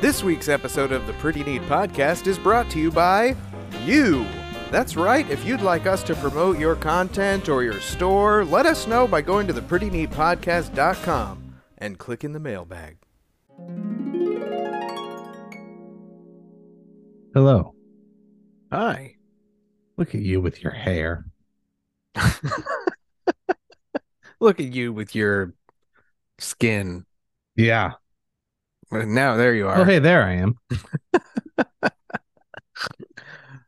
This week's episode of the Pretty Neat Podcast is brought to you by you. That's right, if you'd like us to promote your content or your store, let us know by going to theprettyneatpodcast.com and clicking the mailbag. Hello. Hi. Look at you with your hair. Look at you with your skin. Yeah. Now there you are. Oh, hey, there I am.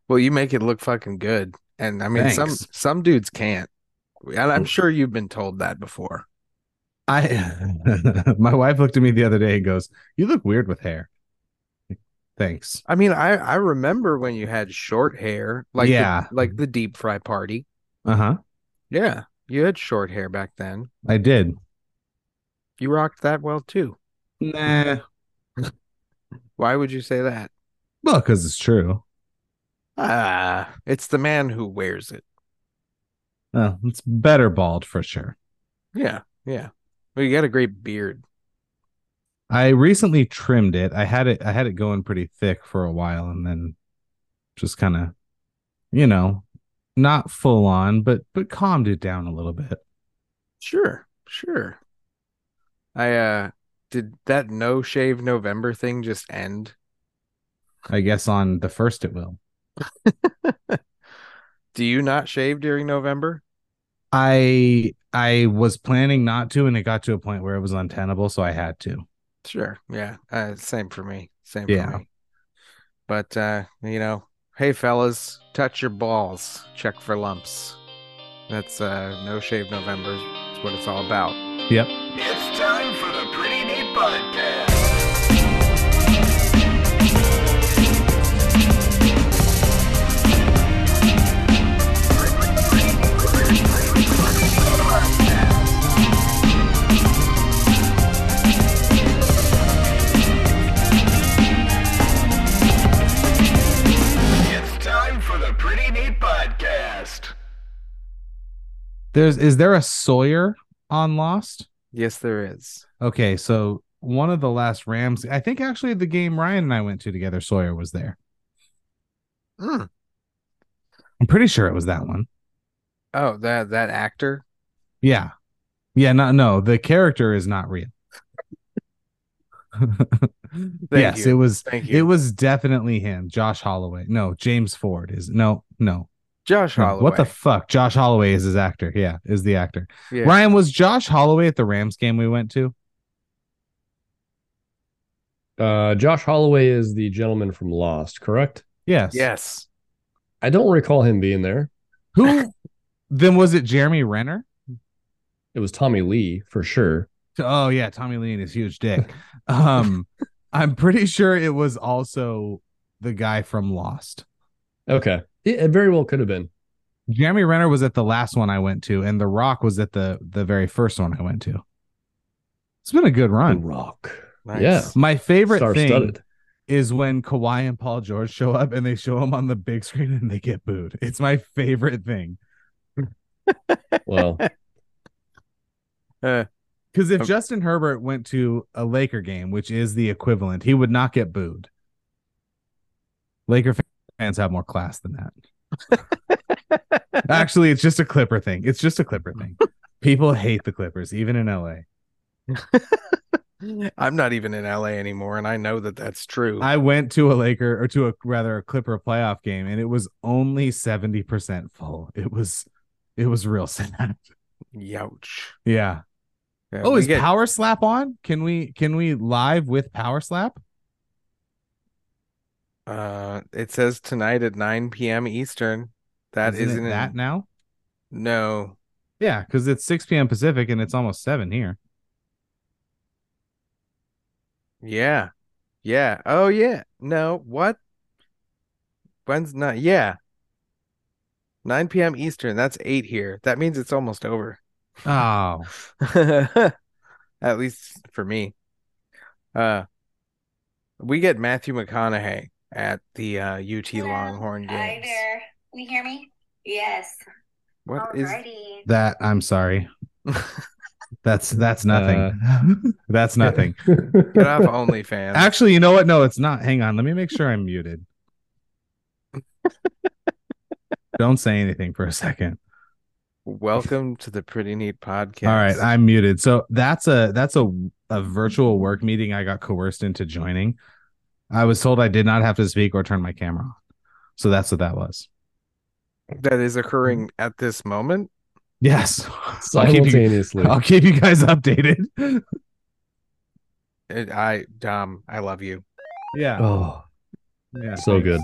Well, you make it look fucking good. And I mean, some Thanks. some dudes can't. And I'm sure you've been told that before. I my wife looked at me the other day and goes, "You look weird with hair." Thanks. I mean, I I remember when you had short hair, like the- Yeah. like the deep fry party. Uh huh. Yeah, you had short hair back then. I did. You rocked that well too. Nah. Why would you say that? Well, because it's true. Ah, it's the man who wears it. Well, it's better bald for sure. Yeah, yeah. Well, you got a great beard. I recently trimmed it. I had it. I had it going pretty thick for a while, and then just kind of, you know, not full on, but but calmed it down a little bit. Sure, sure. I uh did that no shave November thing just end? I guess on the first it will. Do you not shave during November? I I was planning not to, and it got to a point where it was untenable, so I had to. Sure. Yeah. Uh, same for me. Same Yeah. for me. But uh, you know, hey fellas, touch your balls, check for lumps. That's uh no shave November is what it's all about. It's time for the Pretty Neat Podcast. It's time for the Pretty Neat Podcast. There's is there a Sawyer on Lost? Yes, there is. Okay, so one of the last Rams, I think actually the game Ryan and I went to together, Sawyer was there. Hmm. Mm. I'm pretty sure it was that one. Oh, that that actor? Yeah. Yeah, no, no, the character is not real. yes, you. it was Thank it you. was definitely him, Josh Holloway. No, James Ford is no, no. Josh no. Holloway. What the fuck? Josh Holloway is his actor. Yeah, is the actor. yeah. Ryan, was Josh Holloway at the Rams game we went to? Uh, Josh Holloway is the gentleman from Lost, correct? Yes. Yes. I don't recall him being there. Who then was it Jeremy Renner? It was Tommy Lee for sure. Oh yeah, Tommy Lee and his huge dick. um I'm pretty sure it was also the guy from Lost. Okay, it, it very well could have been. Jeremy Renner was at the last one I went to, and The Rock was at the the very first one I went to. It's been a good The run. Rock. Nice. Yeah. My favorite thing Star-studded. is when Kawhi and Paul George show up and they show them on the big screen and they get booed. It's my favorite thing. Well, Uh, Because if Okay. Justin Herbert went to a Laker game, which is the equivalent, he would not get booed. Laker fans have more class than that. Actually, it's just a Clipper thing. It's just a Clipper thing. People hate the Clippers, even in LA. I'm not even in LA anymore, and I know that that's true. I went to a Laker or to a rather a Clipper playoff game, and it was only 70% full. It was it was real sad. Youch. Yeah. Yeah, Oh, we is get- power slap on? Can we can we live with power slap? uh, it says tonight at 9 p.m. Eastern. That Isn't it isn't that now? No, Yeah, because it's 6 p.m. Pacific and it's almost 7 here. yeah, yeah. Oh, yeah. No, what? When's not? Yeah, 9 p.m. Eastern. That's eight here. That means it's almost over. Oh, At least for me. Uh, we get Matthew McConaughey at the uh, UT Hello. Longhorn Hi games. there. Can you hear me? Yes. What is? Alrighty. that I'm sorry. That's that's nothing. that's nothing. Get off OnlyFans. Actually, you know what? No, it's not. Hang on. Let me make sure I'm muted. Don't say anything for a second. Welcome to the Pretty Neat Podcast. All right, I'm muted. So that's a that's a a virtual work meeting I got coerced into joining. I was told I did not have to speak or turn my camera on. So that's what that was. that is occurring Mm-hmm. at this moment. Yes. I'll keep you Simultaneously. I'll keep you guys updated. It- I Dom, I love you. yeah. Oh, yeah. so thanks. good.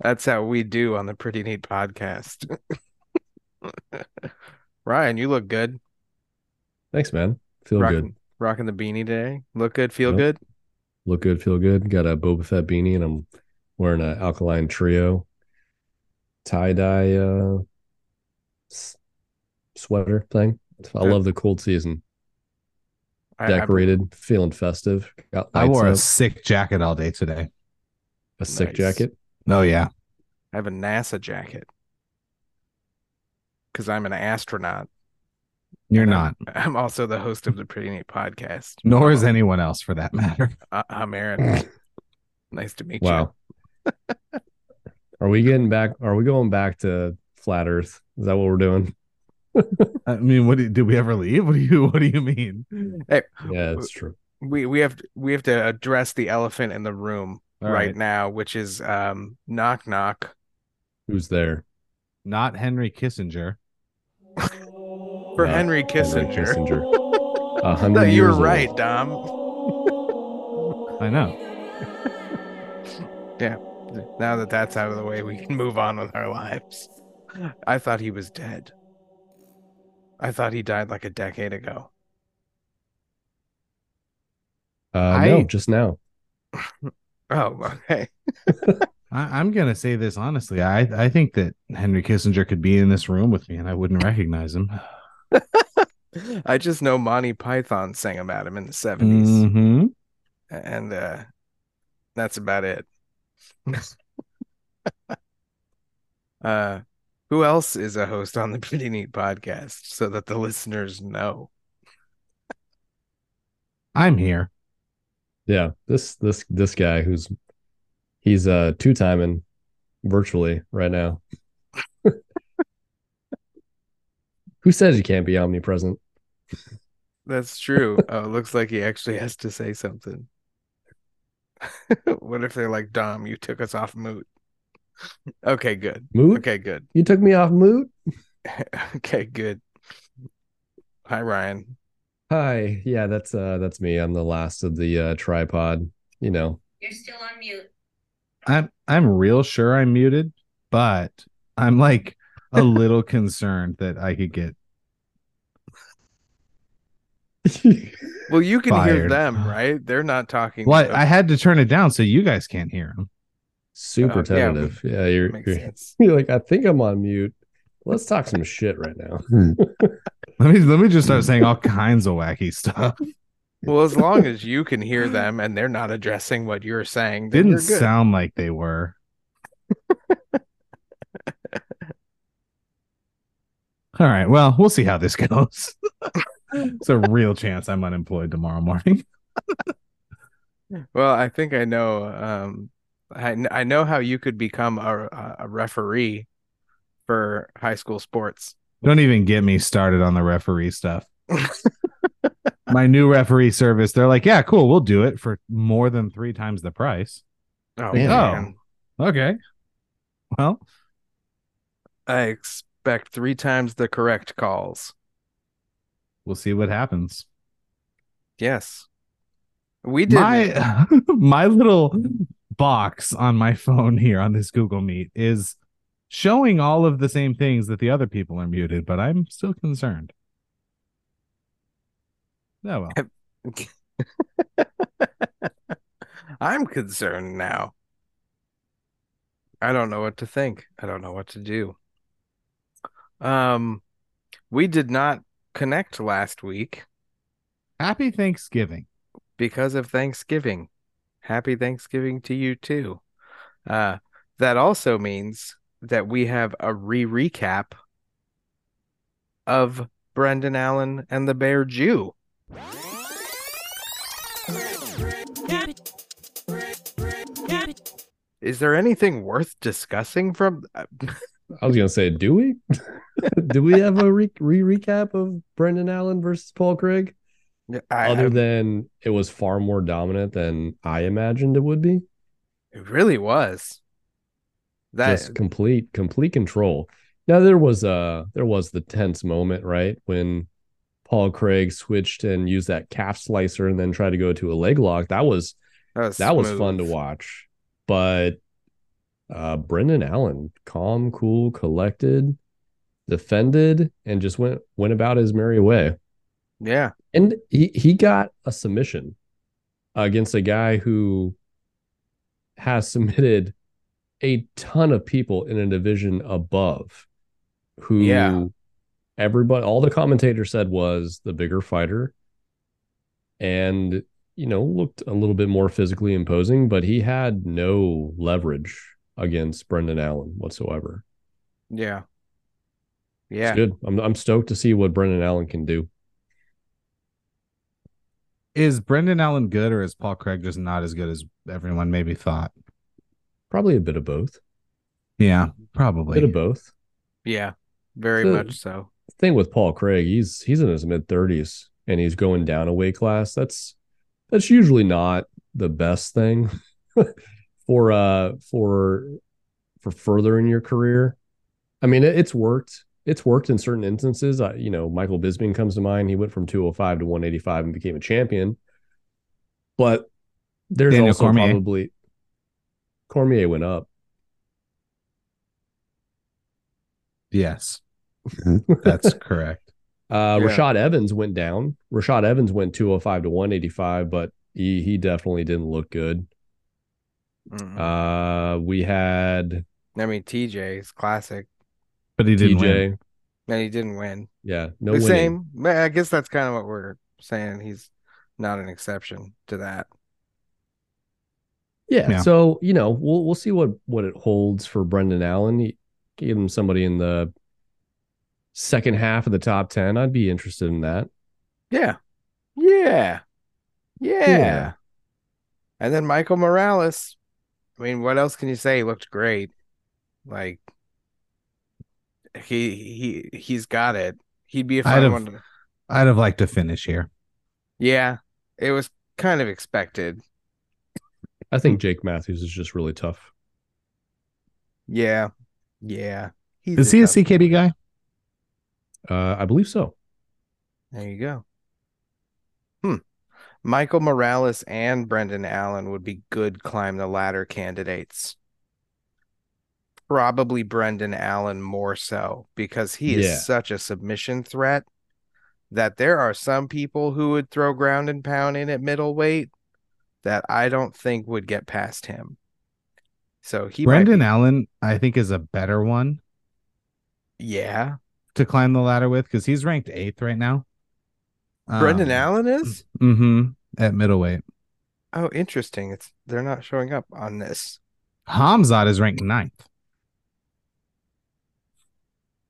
That's how we do on the Pretty Neat Podcast. Ryan, you look good. Thanks, man. Feel rocking, good. rocking the beanie today. Look good, feel Yep. good. Look good. Feel good. Got a Boba Fett beanie, and I'm wearing an alkaline trio tie dye uh, s- sweater thing. I Yeah. love the cold season. I- I- Decorated, feeling festive. Got I lights wore up, a sick jacket all day today. a sick Nice. jacket. Oh yeah. I have a NASA jacket because I'm an astronaut. You're And not. I'm- I'm also the host of the Pretty Neat Podcast. Nor is anyone else for that matter. I- I'm Aaron. nice to meet you. Wow. are we getting back? Are we going back to flat Earth? Is that what we're doing? I mean, what do- did we ever leave? What do you what do you mean? Yeah, it's true. We we have we have to address the elephant in the room All right now, which is um knock knock. Who's there? Not Henry Kissinger. For Uh, Henry Henry Kissinger. Kissinger. A hundred No, you were years old. right, Dom. I know. Now that that's out of the way, we can move on with our lives. I thought he was dead. I thought he died like a decade ago. Uh, I- No, just now. Oh, okay. I, I'm gonna say this honestly. I I think that Henry Kissinger could be in this room with me and I wouldn't recognize him. I just know Monty Python sang about him in the 70s. hmm and uh that's about it uh who else is a host on the pretty neat podcast so that the listeners know I'm here. Yeah. This this this guy who's he's uh two timing virtually right now. Who says you can't be omnipresent? that's true oh it looks like he actually has to say something what if they're like dom you took us off moot okay good Moot? okay good You took me off moot? okay good hi ryan Hi. Yeah, that's uh that's me. I'm the last of the uh tripod, you know. You're still on mute. I'm I'm real sure I'm muted, but I'm like a little concerned that I could get well you can hear Fired. them right they're not talking to well, us. I, I had to turn it down so you guys can't hear him. Super Oh, yeah, we- tentative. Yeah, you're, makes you're sense you're like, I think I'm on mute. Let's talk some shit right now. Hmm. Let me let me just start saying all kinds of wacky stuff. Well, as long as you can hear them and they're not addressing what you're saying, then Didn't you're good. sound like they were. all right. Well, we'll see how this goes. it's a real chance I'm unemployed tomorrow morning. Well, I think I know. Um, I kn- I know how you could become a a- a referee for high school sports. Don't even get me started on the referee stuff. My new referee service, they're like, yeah, cool, we'll do it for more than three times the price. Oh Yeah. man, Okay. Well, I expect three times the correct calls. we'll see what happens. Yes, we did. my my little box on my phone here on this Google Meet is showing all of the same things that the other people are muted, but I'm still concerned. Oh well. I'm concerned now. I don't know what to think. I don't know what to do. Um, we did not connect last week Happy Thanksgiving. because of Thanksgiving. Happy Thanksgiving to you too. Uh, that also means that we have a re recap of Brendan Allen and the Bear Jew. Is there anything worth discussing from? uh, I was gonna say, do we? do we have a re recap of Brendan Allen versus Paul Craig? I, Other than it was far more dominant than I imagined it would be. it really was. That Just complete, complete control. Now there was uh there was the tense moment, right? When Paul Craig switched and used that calf slicer and then tried to go to a leg lock. That was that was, that was smooth. fun to watch. But uh Brendan Allen, calm, cool, collected, defended, and just went went about his merry way. Yeah, And he he got a submission against a guy who has submitted a ton of people in a division above who Yeah. everybody all the commentator said was the bigger fighter and you know looked a little bit more physically imposing but he had no leverage against Brendan Allen whatsoever. yeah, It's yeah. good. I'm I'm stoked to see what Brendan Allen can do. Is Brendan Allen good or is Paul Craig just not as good as everyone maybe thought? Probably a bit of both. Yeah, A bit of probably. both. Yeah, very So- much so. thing with Paul Craig, he's he's in his mid thirties and he's going down a weight class. That's that's usually not the best thing for uh for for furthering your career. I mean, it, it's worked. It's worked in certain instances. I, you know, Michael Bisping comes to mind. He went from 205 to 185 and became a champion. But there's Daniel also Cormier. probably Cormier went up. Yes, that's correct. Uh, Yeah. Rashad Evans went down. Rashad Evans went 205 to 185, but he he definitely didn't look good. Mm. Mhm. Uh, we had I mean, TJ is classic, But he didn't win. TJ. and he didn't win. Yeah, no the winning. same. But I guess that's kind of what we're saying. He's not an exception to that. Yeah, Yeah. so you know we'll we'll see what what it holds for Brendan Allen. He, give him somebody in the second half of the top ten. I'd be interested in that. Yeah. Yeah. Yeah. Yeah. And then Michael Morales. I mean, what else can you say? He looked great. Like he he he's got it. He'd be a I'd fun have- one. to- I'd have liked to finish here. Yeah. It was kind of expected. I Hmm. think Jake Matthews is just really tough. Yeah. Yeah. He's Is he a tough- CKD guy? Uh, I believe so. There you go. Hmm. Michael Morales and Brendan Allen would be good climb the ladder candidates. Probably Brendan Allen more so because he is Yeah. such a submission threat that there are some people who would throw ground and pound in at middleweight that I don't think would get past him. So he might Brendan be- Allen, I think, is a better one yeah. to climb the ladder with because he's ranked eighth right now. Brendan Allen is? Oh, hmm at middleweight. Oh, interesting. It's they're not showing up on this. Hamzat is ranked ninth.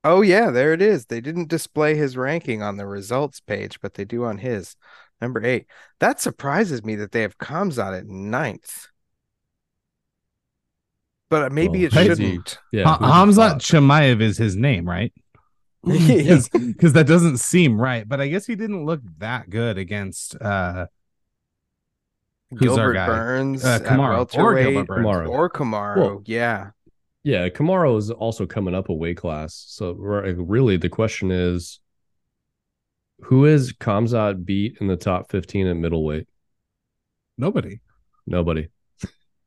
Oh yeah, there it is. They didn't display his ranking on the results page, but they do on his number eight. That surprises me that they have comms on it ninth. But maybe Well, it crazy. shouldn't. Yeah, Ha- who Hamzat would've thought? Chimaev is his name, right? Yeah. Because that doesn't seem right. But I guess he didn't look that good against uh, Who's our Gilbert guy? Burns uh, at Kamara or Gilbert welterweight Burns. Kamara. or Kamaro. Well, yeah. Yeah, Camaro is also coming up a weight class. So re- really, the question is, who is Kamzat beat in the top fifteen at middleweight? Nobody. Nobody,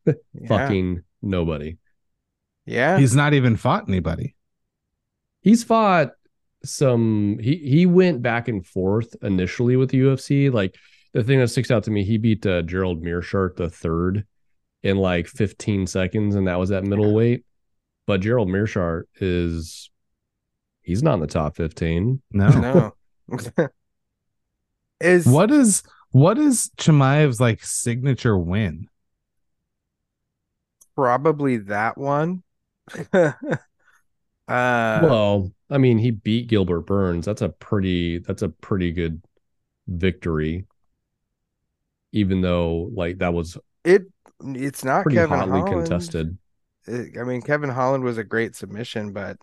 Yeah. fucking nobody. Yeah. He's not even fought anybody. He's fought some. He he went back and forth initially with the UFC. Like the thing that sticks out to me, he beat uh, Gerald Mearshart the third in like fifteen seconds, and that was at middleweight. But Gerald Mearshart is, he's not in the top fifteen. No. no. is What is what is Chimaev's like signature win? probably that one. uh well, I mean, he beat Gilbert Burns. That's a pretty that's a pretty good victory. Even though like that was It it's not pretty Kevin hotly Holland. It- contested. I mean, Kevin Holland was a great submission, but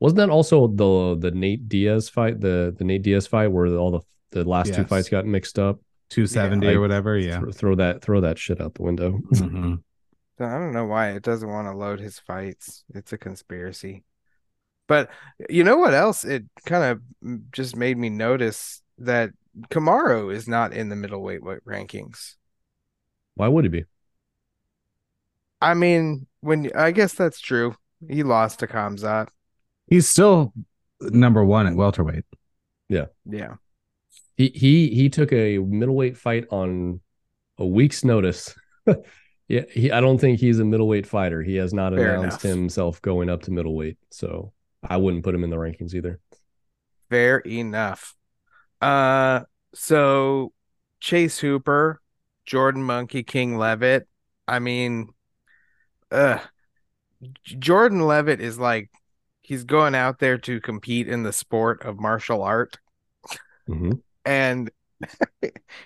Wasn't that also the the Nate Diaz fight, the the Nate Diaz fight where all the the last two Yes. fights got mixed up? 270 Yeah, or I- whatever. Yeah. Throw, throw that throw that shit out the window. Mhm. I don't know why it doesn't want to load his fights. It's a conspiracy. But you know what else? It kind of just made me notice that Camaro is not in the middleweight wa- rankings. Why would it be? I mean, when I guess that's true. He lost to Kamzat. He's still number one at welterweight. Yeah. He he he took a middleweight fight on a week's notice. yeah, he, I don't think he's a middleweight fighter. He has not Fair announced enough. himself going up to middleweight, so I wouldn't put him in the rankings either. Fair enough. Uh, so Chase Hooper, Jordan Monkey, King Levitt. I mean, uh, Jordan Levitt is like he's going out there to compete in the sport of martial art, Mhm. and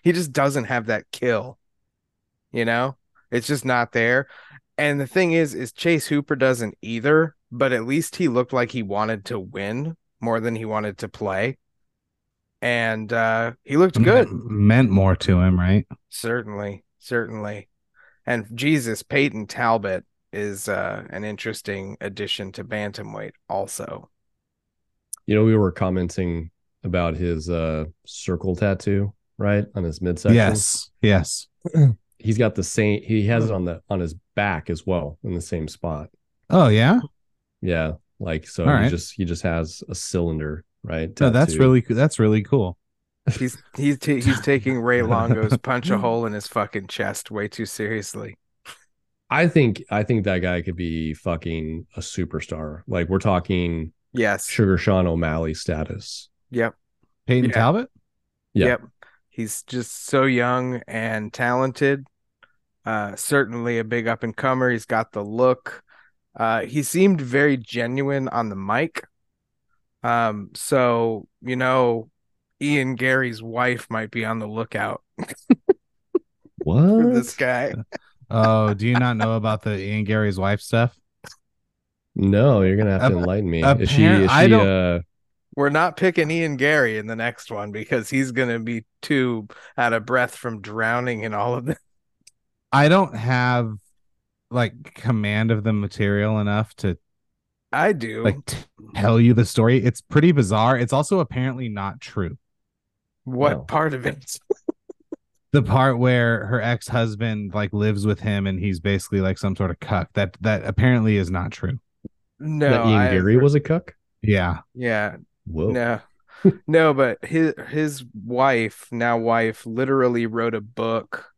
he just doesn't have that kill. You know, it's just not there. And the thing is, is Chase Hooper doesn't either, but at least he looked like he wanted to win more than he wanted to play. And uh, he looked good. Meant- Meant more to him, right? Certainly, certainly. And Jesus, Peyton Talbot is uh, an interesting addition to bantamweight also. You know, we were commenting about his uh circle tattoo, right, on his midsection. Yes. Yes. he's got the same. He has it on the on his back as well, in the same spot. Oh, yeah. Yeah, like so. All he right. just he just has a cylinder, right? No, that's tattoo. really, that's really cool. He's he's ta- he's taking Ray Longo's punch a hole in his fucking chest way too seriously. I think I think that guy could be fucking a superstar. Like we're talking Yes. Sugar Sean O'Malley status. Yep. Peyton Yeah. Talbot? Yeah. Yep. He's just so young and talented. Uh, certainly a big up and comer. He's got the look. Uh, he seemed very genuine on the mic. Um, so you know, Ian Gary's wife might be on the lookout for What? this guy. Oh, do you not know about the Ian Gary's wife stuff? No, you're gonna have to Ap- enlighten me. Is she? apparent- Is she? I don't- uh, We're not picking Ian Gary in the next one because he's gonna be too out of breath from drowning in all of this. I don't have like command of the material enough to I do. like t- tell you the story. It's pretty bizarre. It's also apparently not true. what no. part of it? The part where her ex-husband like lives with him and he's basically like some sort of cuck. That that apparently is not true. No, that Ian I- Gary was a cuck. Yeah. Yeah, Whoa. No. No, but his his wife, now wife, literally wrote a book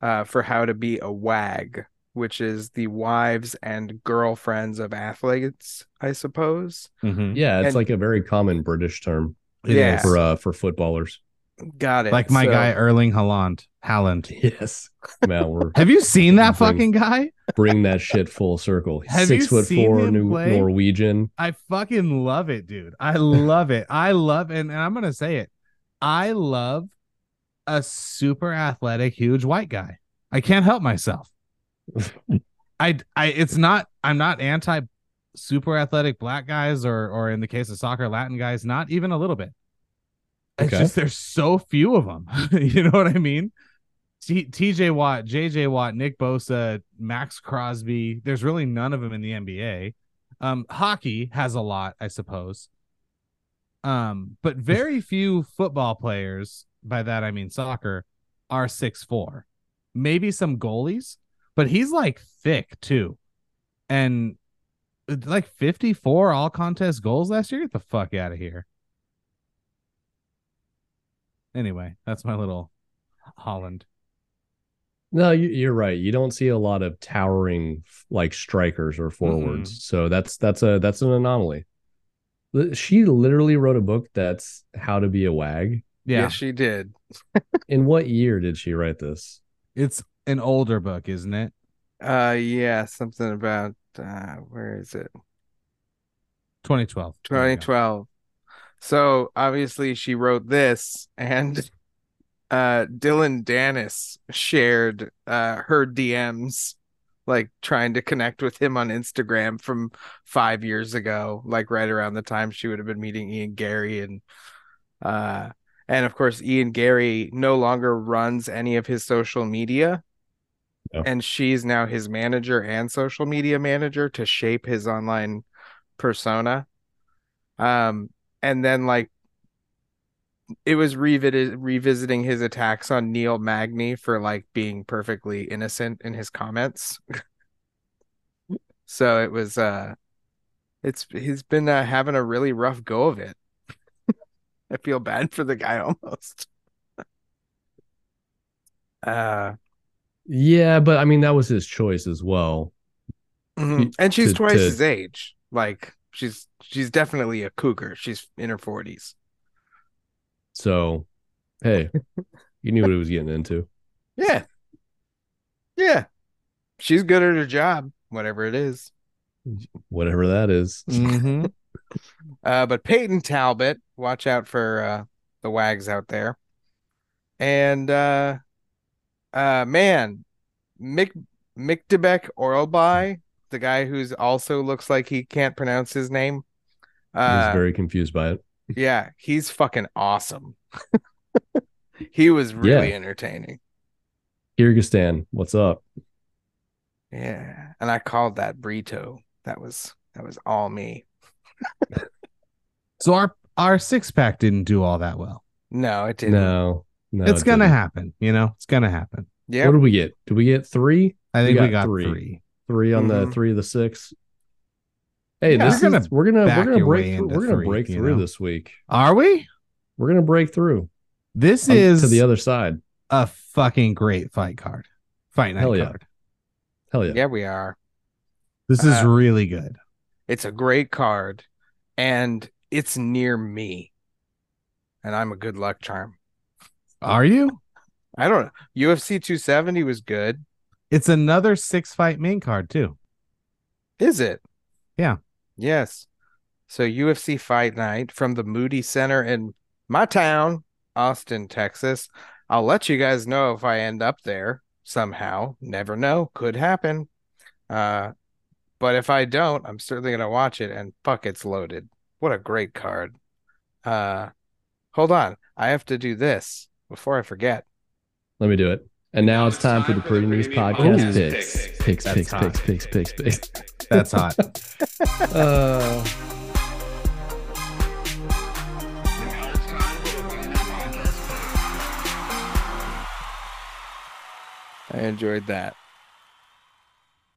uh for how to be a wag, which is the wives and girlfriends of athletes, I suppose. Mhm. Yeah, it's And- like a very common British term It Yeah. is. for uh, for footballers. Got it. Like my So- guy Erling Haaland. Haaland. Yes. Man, we're Have you seen that Bring- fucking guy? bring that shit full circle. He's Have Six you foot seen four, him New, play? Norwegian. I fucking love it, dude. I love it. I love, and, and I'm gonna say it. I love a super athletic, huge white guy. I can't help myself. I, I, it's not. I'm not anti super athletic black guys, or, or in the case of soccer, Latin guys. Not even a little bit. It's Okay. just there's so few of them. you know what I mean? T- T.J. Watt, J.J. Watt, Nick Bosa, Max Crosby. There's really none of them in the NBA. Um, hockey has a lot, I suppose. Um, but very few football players, by that I mean soccer, are six four. Maybe some goalies, but he's like thick too, and uh, like fifty four all contest goals last year. Get the fuck out of here. Anyway, that's my little Holland. No, you, you're right. You don't see a lot of towering like strikers or forwards. Mm-hmm. So that's that's a that's an anomaly. Li- She literally wrote a book that's how to be a wag. Yeah, Yes, she did. In what year did she write this? it's an older book, isn't it? Uh yeah, something about uh where is it? 2012. There you go. 2012. So obviously she wrote this and uh Dylan Dennis shared uh her DMs like trying to connect with him on Instagram from 5 years ago, like right around the time she would have been meeting Ian Gary and uh and of course Ian Gary no longer runs any of his social media. No. And she's now his manager and social media manager to shape his online persona. Um and then like it was revisit revisiting his attacks on Neil Magny for like being perfectly innocent in his comments. so it was uh it's he's been uh, having a really rough go of it. I feel bad for the guy almost. Uh Yeah, but I mean that was his choice as well. mhm. Y- and she's to- twice to- his age. Like she's she's definitely a cougar. She's in her 40s. So, hey, you knew what he was getting into. Yeah. Yeah. She's good at her job, whatever it is. Whatever that is. Mhm. Uh, but Peyton Talbot, watch out for uh, the wags out there. And uh, uh, man, Mick Mick Oral by the guy who's also looks like he can't pronounce his name. I Ah. Uh, was very confused by it. yeah, he's fucking awesome. he was really Yeah. entertaining. Kyrgyzstan, what's up? Yeah, and I called that burrito. That was that was all me. So our our six pack didn't do all that well. No, it didn't. No, no, it's it gonna didn't. happen. You know, it's gonna happen. Yeah, What did we get? Did we get three? I We think we got, got three. three. Three on Mhm. the three of the six. Hey, Yeah, this we're we're gonna gonna we're gonna back we're gonna your way break through, into we're gonna three, break you through know? this week. Are we? We're gonna break through. This Um, is to the other side. a fucking great fight card. Fight night Hell yeah. card. Hell yeah. yeah, we are. This is Uh, really good. It's a great card, and it's near me. And I'm a good luck charm. Are you? I don't know. UFC 270 was good. It's another six fight main card too. Is it? Yeah. Yes. So UFC Fight Night from the Moody Center in my town, Austin, Texas. I'll let you guys know if I end up there somehow. Never know. Could happen. Uh, but if I don't, I'm certainly gonna watch it. And fuck, it's loaded. What a great card. Uh, hold on. I have to do this before I forget. Let me do it. And now it's time for the Pretty News Podcast Podcast picks. Picks, picks, picks, picks, picks, picks. That's hot. Uh, I enjoyed that.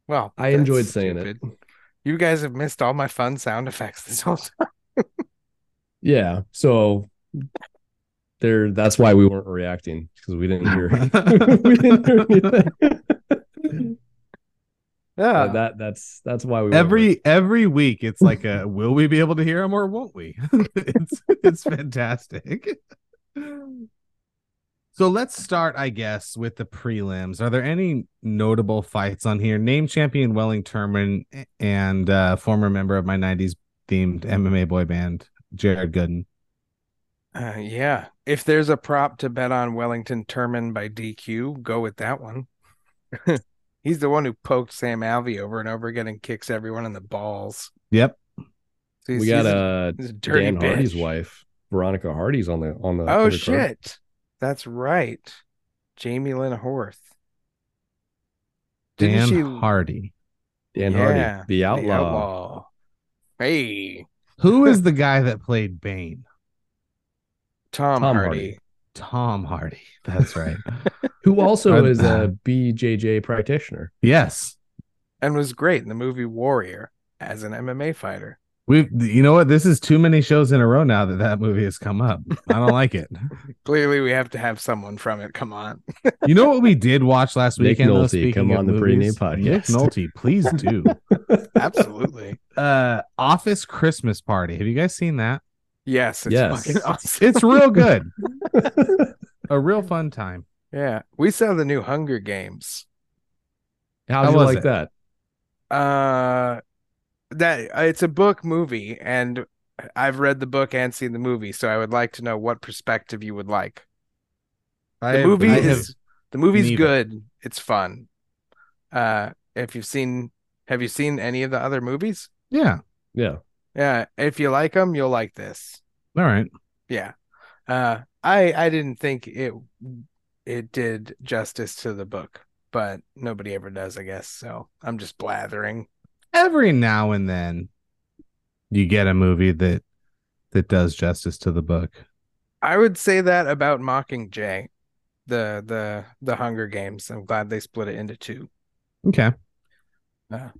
Well, I that's enjoyed saying it. stupid. You guys have missed all my fun sound effects this whole time. Yeah. So there that's why we weren't reacting because we didn't hear we didn't hear anything. Uh, that that's that's why we weren't every every week it's like a will we be able to hear him or won't we it's it's fantastic so let's start i guess with the prelims are there any notable fights on here name champion welling turman and uh former member of my 90s themed mma boy band jared gooden Uh, yeah. If there's a prop to bet on Wellington Terman by DQ, go with that one. He's the one who poked Sam Alvey over and over again and kicks everyone in the balls. yep So he's, we got he's a, uh he's a dirty Dan Hardy's bitch. wife, uh, Veronica Hardy's on the on the Oh undercard. shit. That's right. Jamie Lynn Horth. dan Didn't she hardy Dan Yeah, Hardy, the the outlaw. outlaw. Hey, who is the guy that played bane Tom, Tom Hardy. Hardy. tom hardy that's right who also Are- is a BJJ practitioner. yes And was great in the movie Warrior as an MMA fighter. We've, you know what? This is too many shows in a row now that that movie has come up. I don't like it. Clearly, we have to have someone from it. Come on. You know what we did watch last Nick weekend? though, Nolte, speaking come of on the Pretty movies? Neat Podcast. Nick Nolte, please do. Absolutely. uh, Office Christmas Party. Have you guys seen that? Yes, it's Yes. fucking awesome. It's real good. a real fun time. Yeah, we saw the new Hunger Games. How How do you was it? like that? Uh, that it's a book movie, and I've read the book and seen the movie, so I would like to know what perspective you would like. The have- movie I have is the movie's neither. good. It's fun. Uh, if you've seen, have you seen any of the other movies? yeah. Yeah. Yeah, if you like them, you'll like this. All right. Yeah. Uh I I didn't think it it did justice to the book, but nobody ever does, I guess. So I'm just blathering. Every now and then, you get a movie that that does justice to the book. I would say that about Mockingjay, the the the Hunger Games. I'm glad they split it into two. Okay.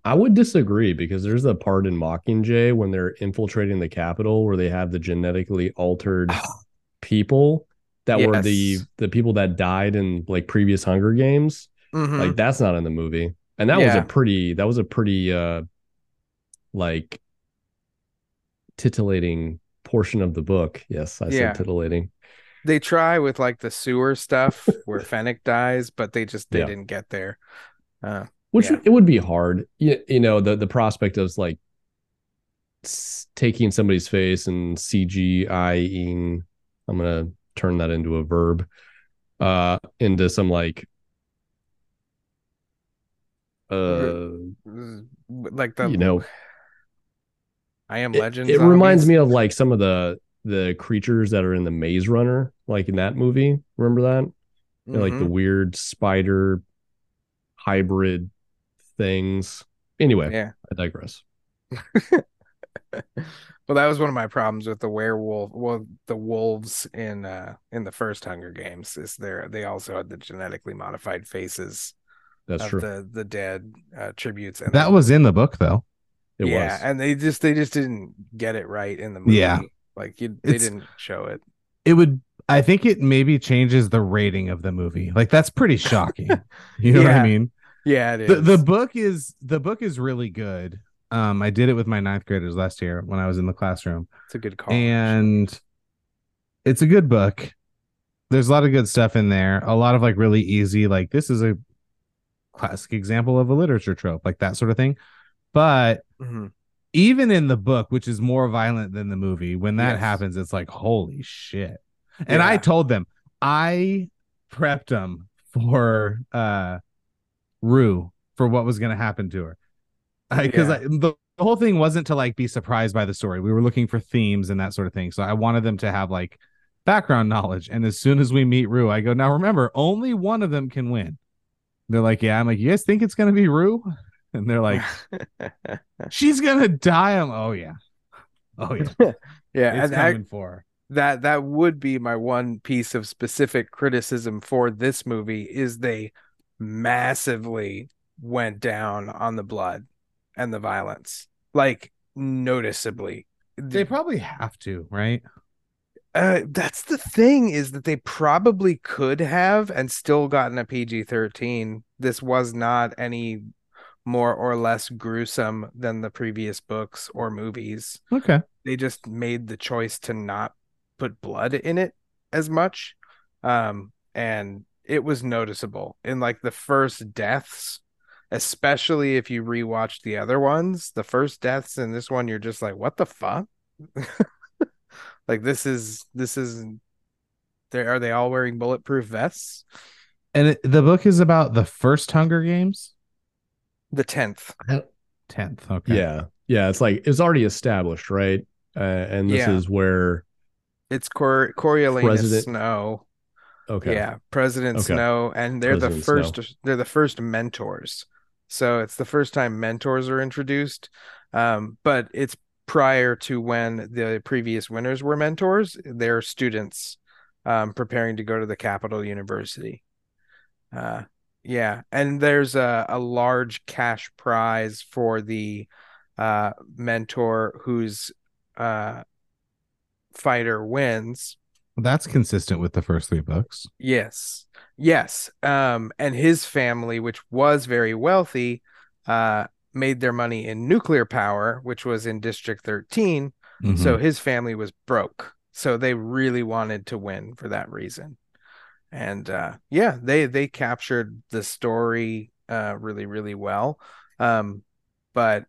I would disagree because there's a part in Mockingjay when they're infiltrating the capital where they have the genetically altered people that were the Yes. the people that died in like previous Hunger Games. Mm-hmm. Mhm. Like that's not in the movie. And that was Yeah. a pretty that was a pretty uh like titillating portion of the book. Yes, I Yeah. said titillating. They try with like the sewer stuff where Fennec dies, but they just they Yeah. didn't get there. Uh which Yeah. it would be hard you, you know the the prospect of like s- taking somebody's face and cgiing i'm gonna turn that into a verb uh into some like uh like the you know I am it- legend. it reminds me of like some of the the creatures that are in the maze runner like in that movie remember that They're like Mm-hmm. the weird spider hybrid things. Anyway, Yeah. I digress. Well, that was one of my problems with the werewolf, well, the wolves in uh in the first Hunger Games is there they also had the genetically modified faces That's of true. the the dead uh, tributes and That then- was in the book though. it yeah, was. and they just they just didn't get it right in the movie. Yeah. Like you, they It's- didn't show it. It would I think it maybe changes the rating of the movie. Like that's pretty shocking. you know what Yeah. I mean? Yeah, it is. the, the book is the book is really good um i did it with my ninth graders last year when i was in the classroom it's a good Oh, call. and it's a good book there's a lot of good stuff in there a lot of like really easy like this is a classic example of a literature trope like that sort of thing but Mhm. even in the book which is more violent than the movie when that Yes. happens it's like holy shit and i Yeah. told them i prepped them for uh rue for what was going to happen to her because Yeah. the, the whole thing wasn't to like be surprised by the story we were looking for themes and that sort of thing so i wanted them to have like background knowledge and as soon as we meet rue i go now remember only one of them can win they're like yeah i'm like you guys think it's going to be rue and they're like she's gonna die. I'm, oh yeah, oh yeah, it's yeah, and I, coming for her. that that would be my one piece of specific criticism for this movie is they massively went down on the blood and the violence like noticeably They probably have to, right? uh, that's the thing is that they probably could have and still gotten a PG-13 this was not any more or less gruesome than the previous books or movies Okay, they just made the choice to not put blood in it as much um and it was noticeable in like the first deaths especially if you rewatch the other ones the first deaths in this one you're just like what the fuck like this is this is they are they all wearing bulletproof vests and it, the book is about the first Hunger Games, the 10th tenth. Okay, yeah. Yeah. It's like it's already established, right? Uh, and this Yeah. is where it's Cor- Coriolanus President- Snow okay. Yeah, President Okay. Snow, and they're the President first. They're the first mentors. So it's the first time mentors are introduced, um, but it's prior to when the previous winners were mentors. They're students um, preparing to go to the Capital University. Uh, yeah, and there's a, a large cash prize for the uh, mentor whose uh, fighter wins. Well, that's consistent with the first three books. Yes. Yes. Um, and his family, which was very wealthy, uh, made their money in nuclear power, which was in District 13. Mm-hmm. Mm-hmm. So his family was broke. So they really wanted to win for that reason. And uh, yeah, they they captured the story uh, really really well. Um, but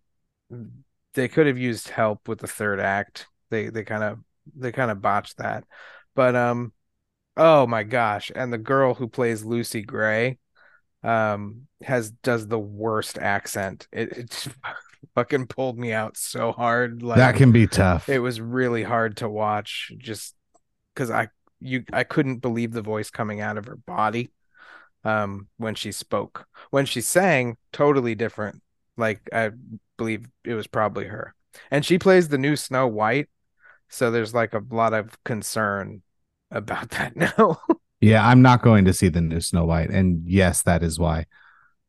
they could have used help with the third act. They they kind of they kind of botched that. But um oh my gosh, and the girl who plays Lucy Gray um has does the worst accent. It it fucking pulled me out so hard like that can be tough. it was really hard to watch just because i you i couldn't believe the voice coming out of her body um when she spoke when she sang totally different like i believe it was probably her and she plays the new snow white so there's like a lot of concern about that now Yeah, I'm not going to see the new Snow White, and yes, that is why.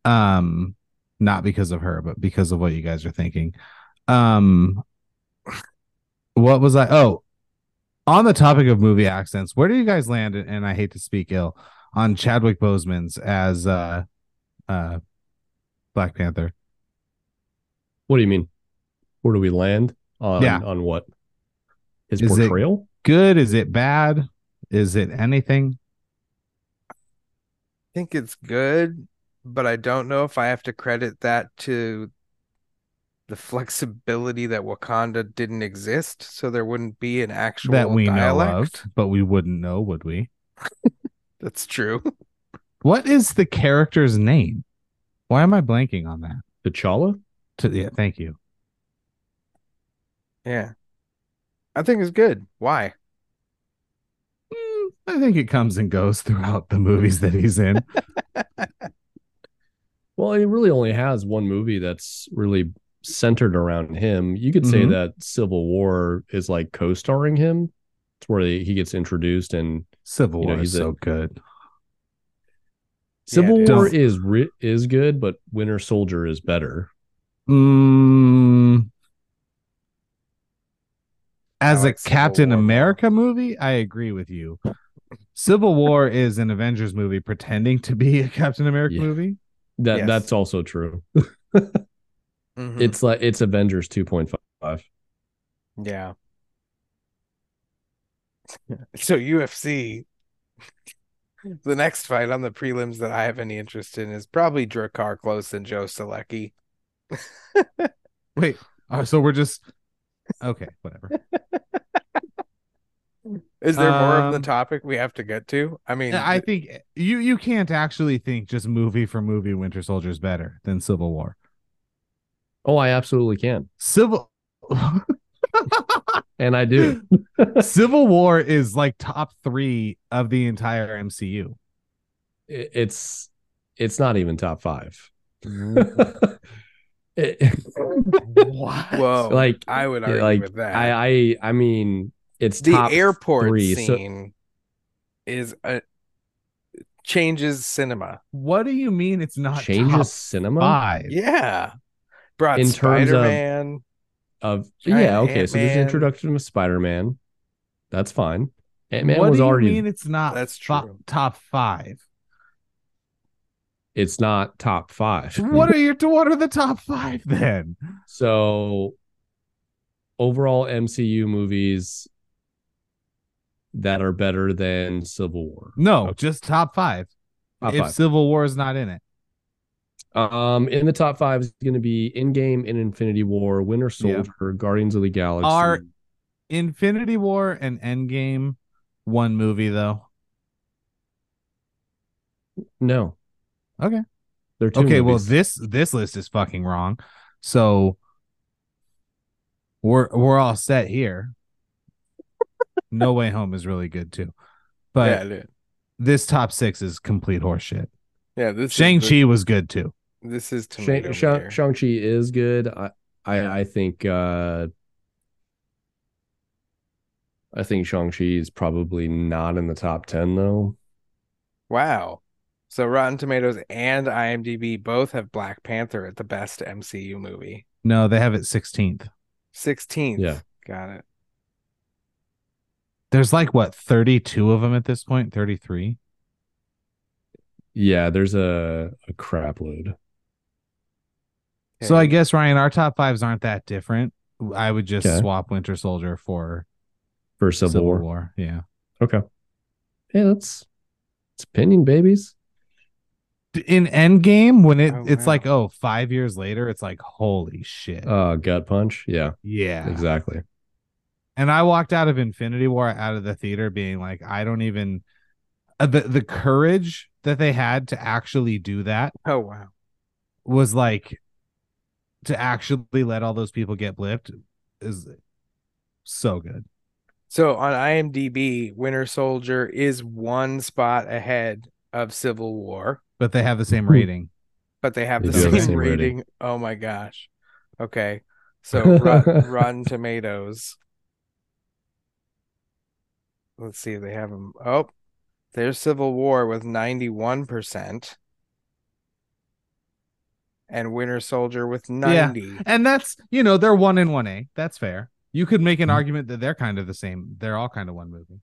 Um, not because of her, but because of what you guys are thinking. Um, what was I? Oh, on the topic of movie accents, where do you guys land? And I hate to speak ill on Chadwick Boseman's as uh, uh, Black Panther. What do you mean? Where do we land on Yeah. on what? His Is it- portrayal? Good? Is it bad? Is it anything? think it's good, but I don't know if I have to credit that to the flexibility that Wakanda didn't exist, so there wouldn't be an actual that we know dialect. of, but we wouldn't know, would we? That's true. What is the character's name? Why am I blanking on that? T'Challa? To, yeah, thank you. Yeah. I think it's good. Why? Mm, I think it comes and goes throughout the movies that he's in. Well, he really only has one movie that's really centered around him. You could say Mhm. that Civil War is like co-starring him. It's where he gets introduced and Civil You know, War is he's a- so good. Civil it War is. is ri- is good, but Winter Soldier is better. Mm, as I a like Civil Captain War more. America movie, I agree with you. Civil War is an Avengers movie pretending to be a Captain America Yeah. movie. That Yes. that's also true. Mm. Mhm. It's like it's Avengers 2.5. yeah. So UFC the next fight on the prelims that I have any interest in is probably Drakkar Close and Joe Selecki. Wait, uh, so we're just okay, whatever. Is there more of the Um, topic we have to get to? I mean, I think eh, you you can't actually think just movie for movie Winter Soldier is better than Civil War. Oh, I absolutely can. Civil And I do. Civil War is like top three of the entire MCU. It- it's it's not even top 5. Uh-huh. It- what? whoa, like I would yeah, argue like, with that. I I I mean it's the top airport three, so- scene is a changes cinema. What do you mean it's not changes top cinema five? Yeah, brought In terms of- Spider-Man. of Giant yeah okay so there's Ant-Man. introduction of Spider-Man. That's fine. Ant-Man what was do you already mean it's not That's fi- true. top five? it's not top 5. What are your what are the top five then? So overall MCU movies that are better than Civil War. No, Okay. just top five. Top if five. Civil War is not in it, Um in the top 5 is going to be In Game in Infinity War, Winter Yeah. Soldier, Guardians of the Galaxy. Are- Infinity War and Endgame, one movie though. No. Okay. They're two Okay, well movies. this this list is fucking wrong. So we're we're all set here. no Way Home is really good too. But yeah, dude. this top 6 is complete horseshit. yeah, this is Shang-Chi was good too. the- This is Shang, tomato Shang, meter. Shang-Chi is good. I, I I think uh I think Shang-Chi is probably not in the top 10 though. Wow. So Rotten Tomatoes and IMDb both have Black Panther at the best MCU movie. No, they have it 16th. 16th. Yeah. Got it. There's like what 32 of them at this point, 33. Yeah, there's a, a crap load. So I Okay. guess Ryan our top 5s aren't that different. I would just Okay. swap Winter Soldier for for Civil, Civil War. War. Yeah. Okay. Yeah, that's it's opinion, babies. in Endgame when it Oh, it's wow. like oh five years later it's like holy shit Uh, gut punch. Yeah, yeah exactly. and I walked out of Infinity War out of the theater being like I don't even uh, the the courage that they had to actually do that Oh wow. was like to actually let all those people get blipped is so good So on IMDb, Winter Soldier is one spot ahead of Civil War, but they have the same rating but they have They the do same, have the same rating. rating. Oh my gosh. Okay. So Rot- Rotten Tomatoes. Let's see if they have them. Oh, there's Civil War with 91% and Winter Soldier with 90. and that's you know they're one in one A that's fair you could make an Mhm. argument that they're kind of the same they're all kind of one movie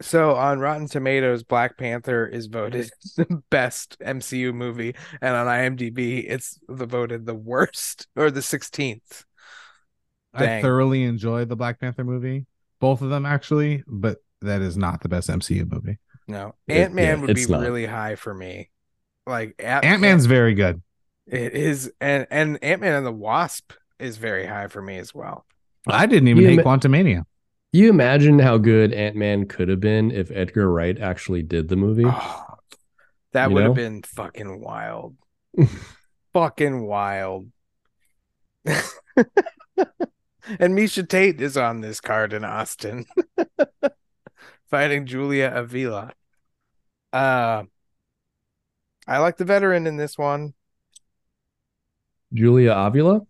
So on Rotten Tomatoes, Black Panther is voted the best MCU movie, and on IMDb, it's the voted the worst or the sixteenth. I Dang. thoroughly enjoy the Black Panther movie both of them actually but that is not the best MCU movie No, It- yeah, Ant Man would be it's not. really high for me. Like Ant- Ant Man's very good it is, and and Ant Man and the Wasp is very high for me as well. I didn't even You hate ma- Quantumania You imagine how good Ant Man could have been if Edgar Wright actually did the movie. Ah. Oh, that You would have know? been fucking wild, fucking wild. and Misha Tate is on this card in Austin, fighting Julia Avila. Uh, I like the veteran in this one, Julia Avila.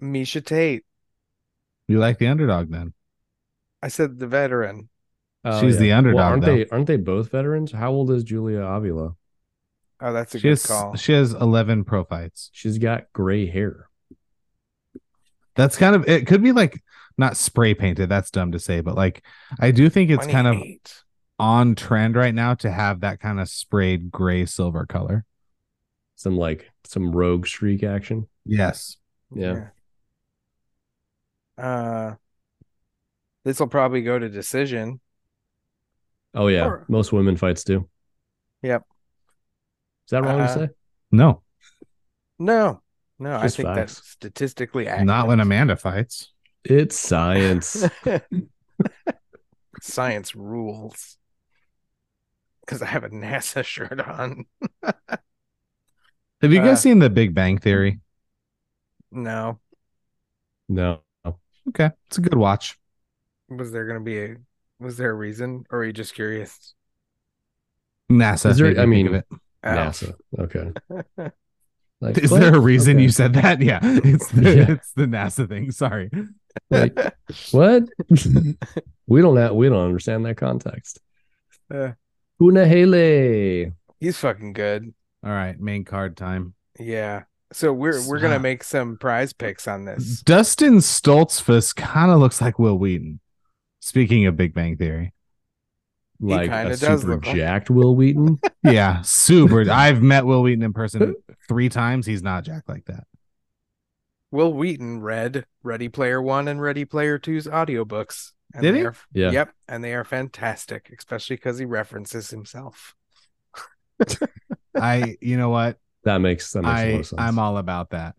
Misha Tate. you like the underdog then I said the veteran. Oh, She's the underdog, Well, aren't though. they? Aren't they both veterans? How old is Julia Avila? Oh, that's a she good has call. she has 11 pro fights She's got gray hair. that's kind of it could be like not spray painted that's dumb to say but like I do think it's kind of 28. on trend right now to have that kind of sprayed gray silver color. Some like some rogue streak action. Yes. Yeah. Yeah. Uh, this will probably go to decision. Oh yeah. Or- Most women fights do. Yep. Is that wrong Uh-uh. to say? No, No, no, I Just think that's facts. statistically accurate. not when Amanda fights. It's science. Science rules. Because I have a NASA shirt on. Have you Uh, guys seen The Big Bang Theory? No, no. Okay, it's a good watch. was there going to be a? Was there a reason, or are you just curious? NASA. Is there- made me I think mean, of it. Oh. NASA. Okay. Like, is what? there a reason Okay. you said that? Yeah, it's the, Yeah. it's the NASA thing. Sorry. Like, what? we don't have, we don't understand that context. Uh. Una Hele. He's fucking good. All right, main card time. Yeah. So we're we're gonna Stop. make some prize picks on this. Dustin Stoltzfus kind of looks like Will Wheaton. Speaking of Big Bang Theory, Like kinda a does super look like- jacked Will Wheaton. yeah, super. I've met Will Wheaton in person three times. He's not jacked like that. Will Wheaton read Ready Player One and Ready Player Two's audiobooks. And Did they he? Are, Yeah. Yep. And they are fantastic, especially because he references himself. I, you know what? That makes that makes a lot I, of sense. I'm all about that.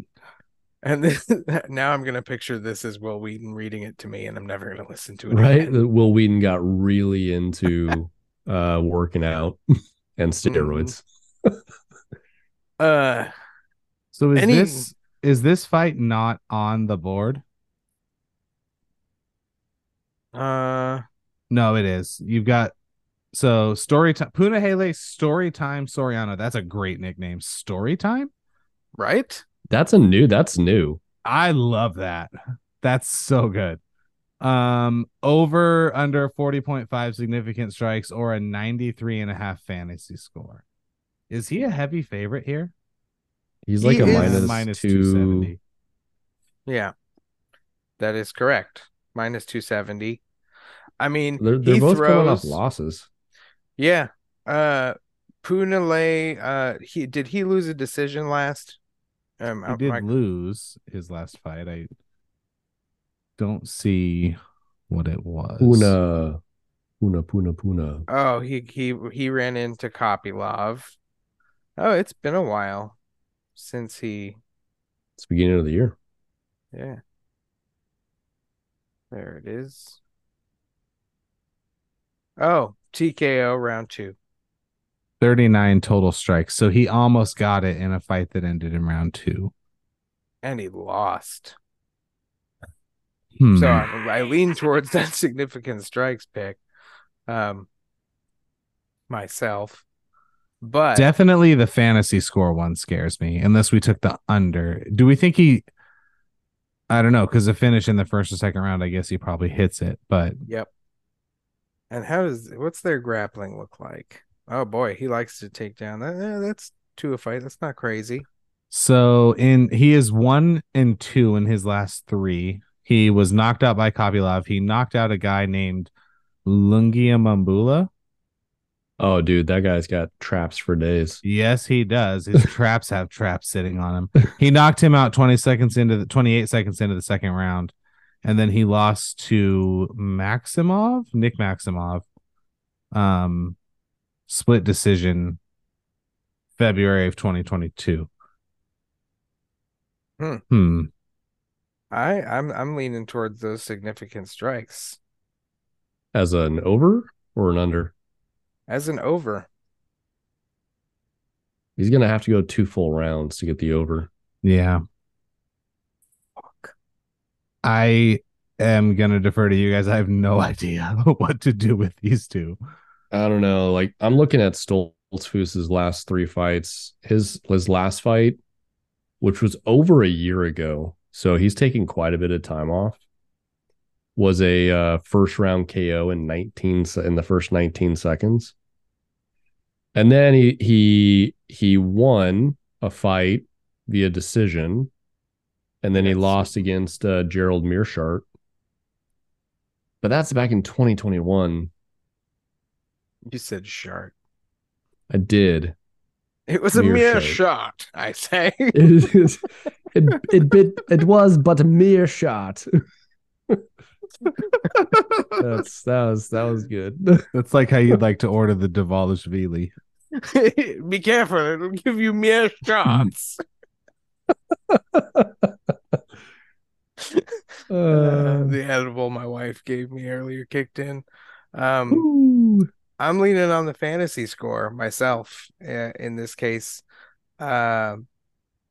And this, now I'm gonna picture this as Will Wheaton reading it to me, and I'm never gonna listen to it. right. again. that Will Wheaton got really into uh working out and Mm-hmm. steroids. Uh, So is Any- this is this fight not on the board? uh, No, it is. You've got so story time Punahele story time Soriano. That's a great nickname. Story time? right? That's a new. That's new. I love that. That's so good. Um over under 40.5 significant strikes or a 93 and a half fantasy score. Is he a heavy favorite here? He's like He a is minus, minus two. 270. Yeah, that is correct. Minus two seventy. I mean, They're, they're he both coming throws. off losses. Yeah. Uh, Punale. Uh, he did he lose a decision last? Um, He uh, did my- lose his last fight. I don't see what it was. Puna, puna, puna, puna. oh, he he he ran into Kopilov. Oh, it's been a while since he. It's the beginning of the year. Yeah. There it is. Oh, TKO round two. 39 total strikes. So he almost got it in a fight that ended in round two. And he lost. Hmm. So um, I, I lean towards that significant strikes pick um, myself. But Definitely the fantasy score one scares me, unless we took the under. Do we think he? I don't know, because the finish in the first or second round, I guess he probably hits it, but Yep. And how does what's their grappling look like? Oh boy, he likes to take down. That, eh, that's two a fight. That's not crazy. So in he is one and two in his last three. He was knocked out by Kopilov. He knocked out a guy named Lungia Mambula. Oh, dude, that guy's got traps for days. Yes, he does. His traps have traps sitting on him. He knocked him out 20 seconds into the 28 seconds into the second round. And then he lost to Maximov, Nick Maximov. Um split decision February of 2022. Hmm. hmm. I I'm I'm leaning towards those significant strikes As an over or an under? as an over. He's gonna have to go two full rounds to get the over. Yeah. I am gonna defer to you guys. I have no idea what to do with these two. I don't know. Like I'm looking at Stoltzfus's last three fights. His his last fight, which was over a year ago, so he's taking quite a bit of time off. Was a uh, first round KO in 19 se- in the first 19 seconds, and then he he he won a fight via decision, and then he lost against uh, Gerald Mearshart. But that's back in 2021. You said shark. I did. It was a Mere mere shot. shot. I say. it, is- it, it, bit, it was but a mere shot. That's that was that was good. That's like how you'd like to order the Davalishvili. Be careful. It'll give you mere shots. Um, Uh, the edible my wife gave me earlier kicked in. Um, Ooh. I'm leaning on the fantasy score myself uh, in this case. Um,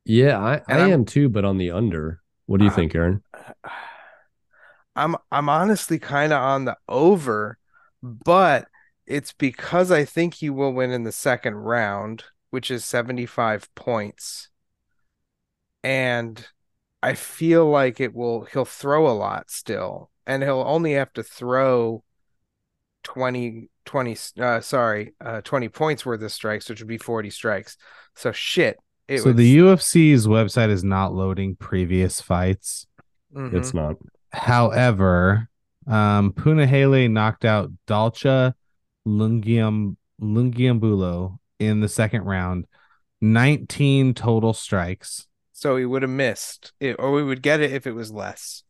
yeah, I, I and I'm- am too, but on the under. What do you Uh, think, Aaron? I'm I'm honestly kind of on the over, but it's because I think he will win in the second round, which is 75 points. And I feel like it will he'll throw a lot still, and he'll only have to throw 20 20 uh sorry, uh 20 points worth of strikes, which would be 40 strikes. So shit, it So was the UFC's website is not loading previous fights. Mhm. It's not. However, um, Punahele knocked out Dalcha Lungiam Lungiambulo in the second round. 19 total strikes. So we would have missed it, or we would get it if it was less.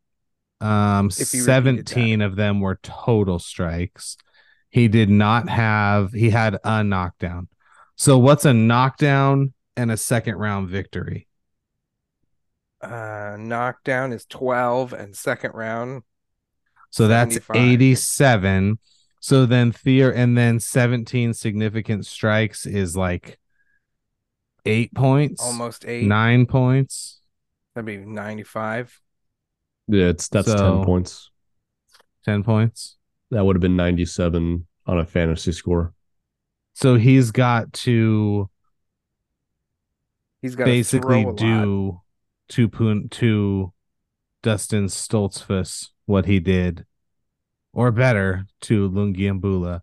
Um, If he repeated that. 17 of them were total strikes. He did not have, he had a knockdown. So, what's a knockdown and a second round victory? Uh, knockdown is 12 and second round. So, that's 75. 87. So, then Theor, and then 17 significant strikes is like eight points, Almost eight. nine points. That'd be 95. Yeah, it's that's So- ten points. 10 points. That would have been ninety-seven on a fantasy score. So, he's got to He's got basically throw a lot. do to Poon to Dustin Stoltzfus what he did, or better to Lungiambula,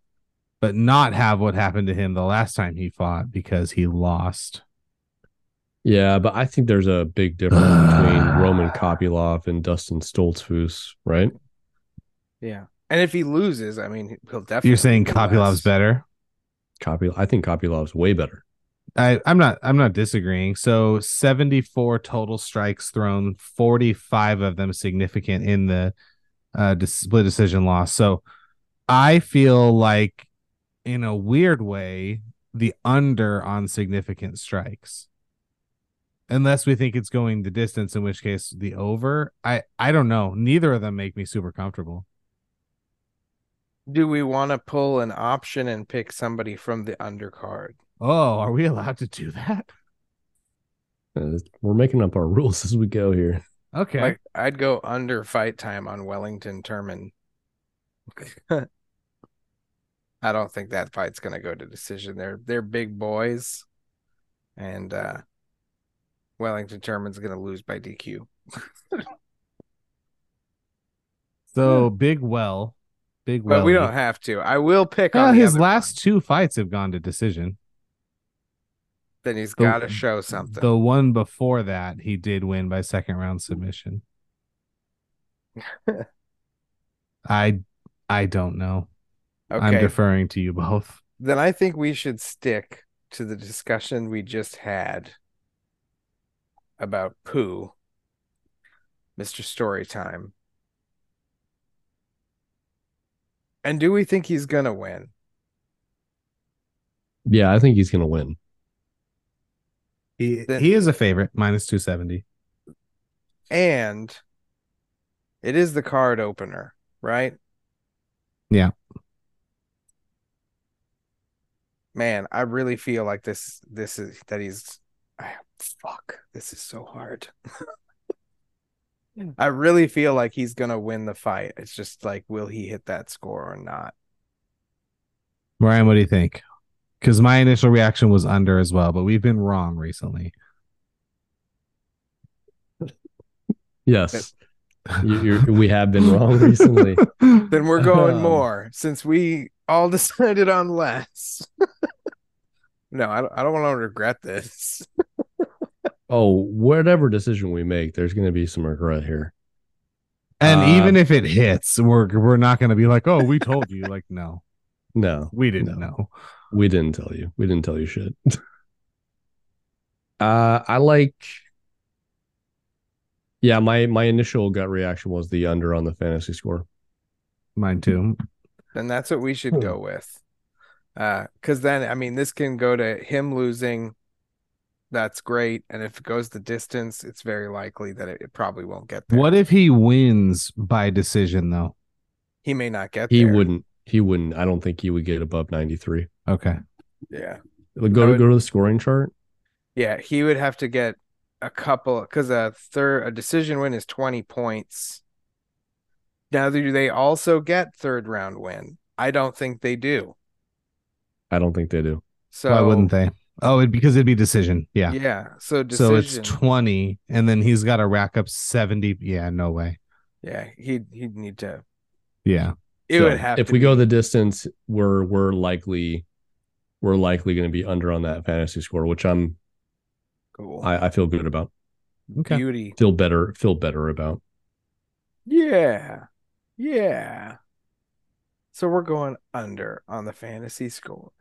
but not have what happened to him the last time he fought because he lost. Yeah, but I think there's a big difference between Roman Kopilov and Dustin Stoltzfus, right? Yeah. And if he loses, I mean, he'll definitely. You're saying do Kopilov's less. better? Kopil, I think Kopilov's way better. I, I'm not I'm not disagreeing. So 74 total strikes thrown, 45 of them significant in the uh dis- split decision loss. So I feel like in a weird way the under on significant strikes. Unless we think it's going the distance, in which case the over. I I don't know. Neither of them make me super comfortable. Do we want to pull an option and pick somebody from the undercard? Oh, are we allowed to do that? Uh, We're making up our rules as we go here. Okay. Like, I'd go under fight time on Wellington Terman. I don't think that fight's gonna go to decision. They're they're big boys, and uh, Wellington Terman's gonna lose by DQ. so Big Well, Big But Well. we don't have to. I will pick Well, on the his other last one. two fights have gone to decision. Then he's the- got to show something. The one before that, he did win by second round submission. I I don't know. I'm okay, deferring to you both. then I think we should stick to the discussion we just had about poo, Mr. Storytime. And do we think he's gonna win? Yeah, I think he's gonna win. He, The- he is a favorite, minus 270. And it is the card opener, right? Yeah. Man, I really feel like this this is that he's I, fuck, this is so hard. I really feel like he's going to win the fight. It's just like will he hit that score or not? Ryan, what do you think? Because my initial reaction was under as well, but we've been wrong recently. Yes, you, you're, we have been wrong recently. Then we're going Um, more since we all decided on less. no, I don't, I don't want to regret this. Oh, whatever decision we make, there's gonna be some regret here. and Uh, even if it hits, we're we're not going to be like, oh, we told you. like, no, No, we didn't No. know. we didn't tell you. We didn't tell you shit. uh, I like. Yeah, my my initial gut reaction was the under on the fantasy score. Mine too. Then that's what we should go with. Uh, cause then, I mean, this can go to him losing. That's great. And if it goes the distance, it's very likely that it, it probably won't get there. What if he wins by decision though? he may not get He there. wouldn't. He wouldn't. I don't think he would get above ninety three. Okay. Yeah. Go to would- go to the scoring chart. Yeah, he would have to get a couple because a third a decision win is twenty points. Now, do they also get third round win? I don't think they do. I don't think they do. So Why wouldn't they? Oh, it because it'd be decision. Yeah. Yeah. So so decision. it's 20 and then he's got to rack up 70. Yeah, no way. yeah, he he'd need to. Yeah. It So would have if to we be- go the distance, we're we're likely we're likely going to be under on that fantasy score, which I'm cool. I, I feel good about. Okay. beauty. Feel better. Feel better about. Yeah, yeah. So we're going under on the fantasy score.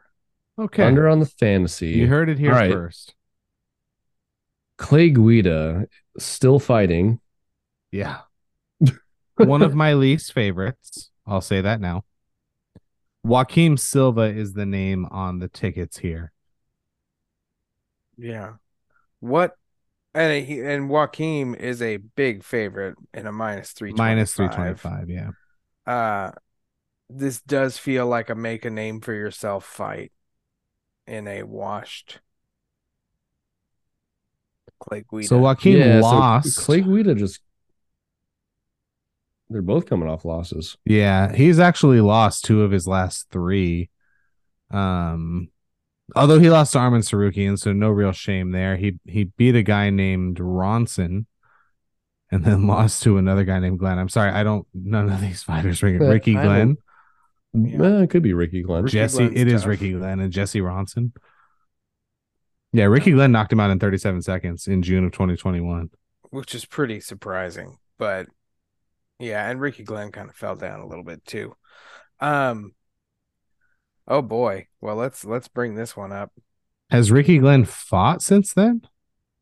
Okay. Under on the fantasy. you heard it here All right. first. Clay Guida still fighting. Yeah. One of my least favorites. I'll say that now. Joaquim Silva is the name on the tickets here. Yeah. What? And he, and Joaquin is a big favorite in a minus three Minus 325. Yeah. uh this does feel like a make a name for yourself fight in a washed Clay Guida. So Joaquim Yeah, so lost. Clay Guida just. They're both coming off losses. Yeah, he's actually lost two of his last three. Um, although he lost to Armin Sarukian, so no real shame there. He he beat a guy named Ronson, and then lost to another guy named Glenn. I'm sorry, I don't. None of these fighters ring it. Yeah, Ricky I Glenn, Yeah. Eh, it could be Ricky Glenn. Ricky Jesse. Glenn's it is tough. Ricky Glenn and Jesse Ronson. Yeah, Ricky Glenn knocked him out in 37 seconds in June of 2021. which is pretty surprising, but yeah, and Ricky Glenn kind of fell down a little bit too. Um oh boy. Well let's let's bring this one up. Has Ricky Glenn fought since then?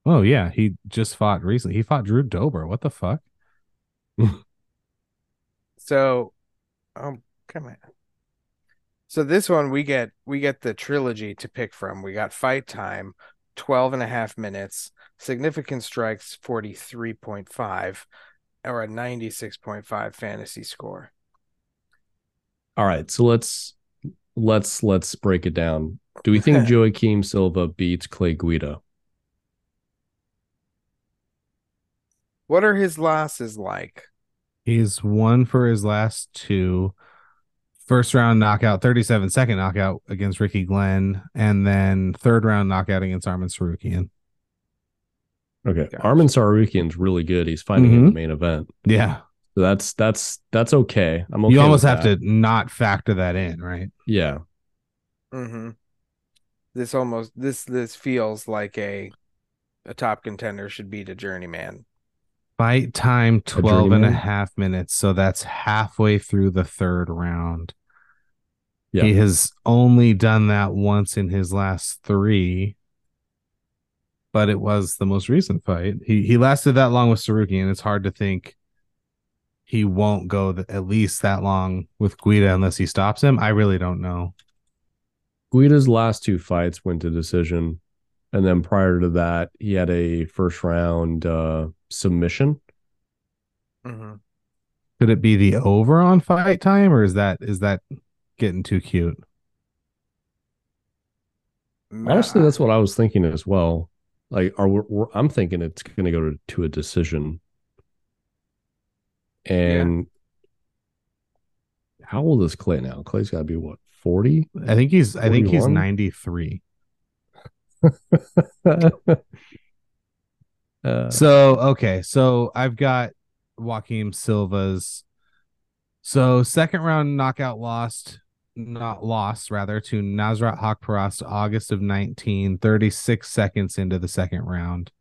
Oh yeah, he just fought recently. He fought Drew Dober. What the fuck? So, um, come on. oh, So this one we get we get the trilogy to pick from. We got fight time, 12 and a half minutes, significant strikes 43.5 or a 96.5 fantasy score. All right, so let's let's let's break it down. Do we think Joaquim Silva beats Clay Guida? What are his losses like? He's won for his last two. First round knockout, 37 second knockout against Ricky Glenn, and then third round knockout against Armin Sarukian. Okay, Armin Sarukian's really good. He's fighting Mm-hmm. in the main event. Yeah. So that's that's that's okay. I'm okay. you almost with have that. to not factor that in, right? Yeah. Mm-hmm. This almost this this feels like a a top contender should beat a journeyman. Fight time 12 and a journeyman? half minutes. So that's halfway through the third round. Yeah. He has only done that once in his last three, but it was the most recent fight. He he lasted that long with Saruki, and it's hard to think he won't go th- at least that long with Guida unless he stops him. I really don't know. Guida's last two fights went to decision. And then prior to that, he had a first round uh, submission. Mm-hmm. Could it be the over on fight time, or is that is that getting too cute? Mm, Honestly, that's what I was thinking as well. Like, are we we're, I'm thinking it's going to go to, to a decision. And how old is Clay now? Clay's got to be what 40. I think he's I think he's 41? 93. Uh, So okay, so I've got Joaquin Silva's. So second round knockout lost, not lost rather to Nasrat Hakparast August of 19, 36 seconds into the second round.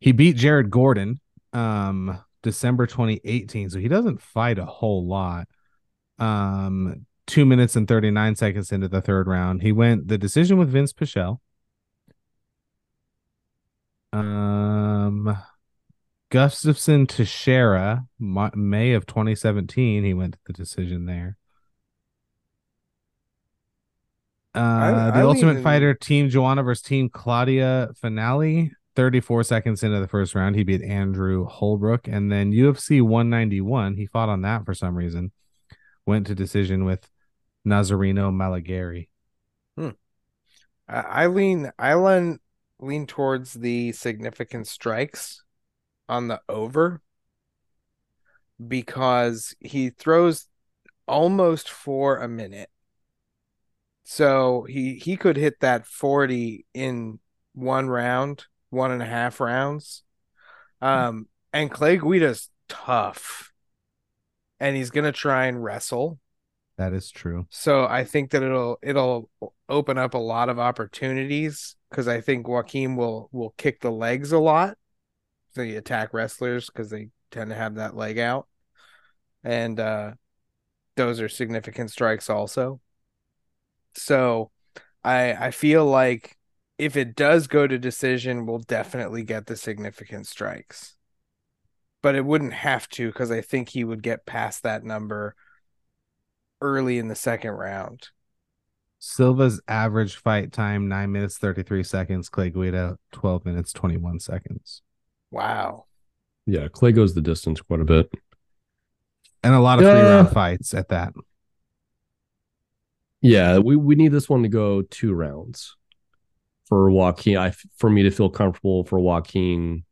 He beat Jared Gordon um December 2018, so he doesn't fight a whole lot. Um 2 minutes and 39 seconds into the third round, he went the decision with Vince Pichel. Um, Gustafson Teixeira, Ma- May of 2017, he went to the decision there. Uh, the I Ultimate lean- Fighter Team Joanna versus Team Claudia finale. 34 seconds into the first round, he beat Andrew Holbrook. And then UFC 191, he fought on that for some reason. Went to decision with Nazareno Malagari. I, I lean I lean lean towards the significant strikes on the over because he throws almost for a minute. So he he could hit that 40 in one round, one and a half rounds. Um and Clay Guida's tough. And he's gonna try and wrestle. That is true. So I think that it'll it'll open up a lot of opportunities because I think Joaquin will will kick the legs a lot. So you attack wrestlers because they tend to have that leg out, and uh, those are significant strikes also. So I I feel like if it does go to decision, we'll definitely get the significant strikes. But it wouldn't have to because I think he would get past that number early in the second round. Silva's average fight time, nine minutes, 33 seconds. Clay Guida, 12 minutes, 21 seconds. Wow. yeah, Clay goes the distance quite a bit. And a lot of Yeah. three round fights at that. Yeah, we, we need this one to go two rounds for Joaquin. I for me to feel comfortable for Joaquin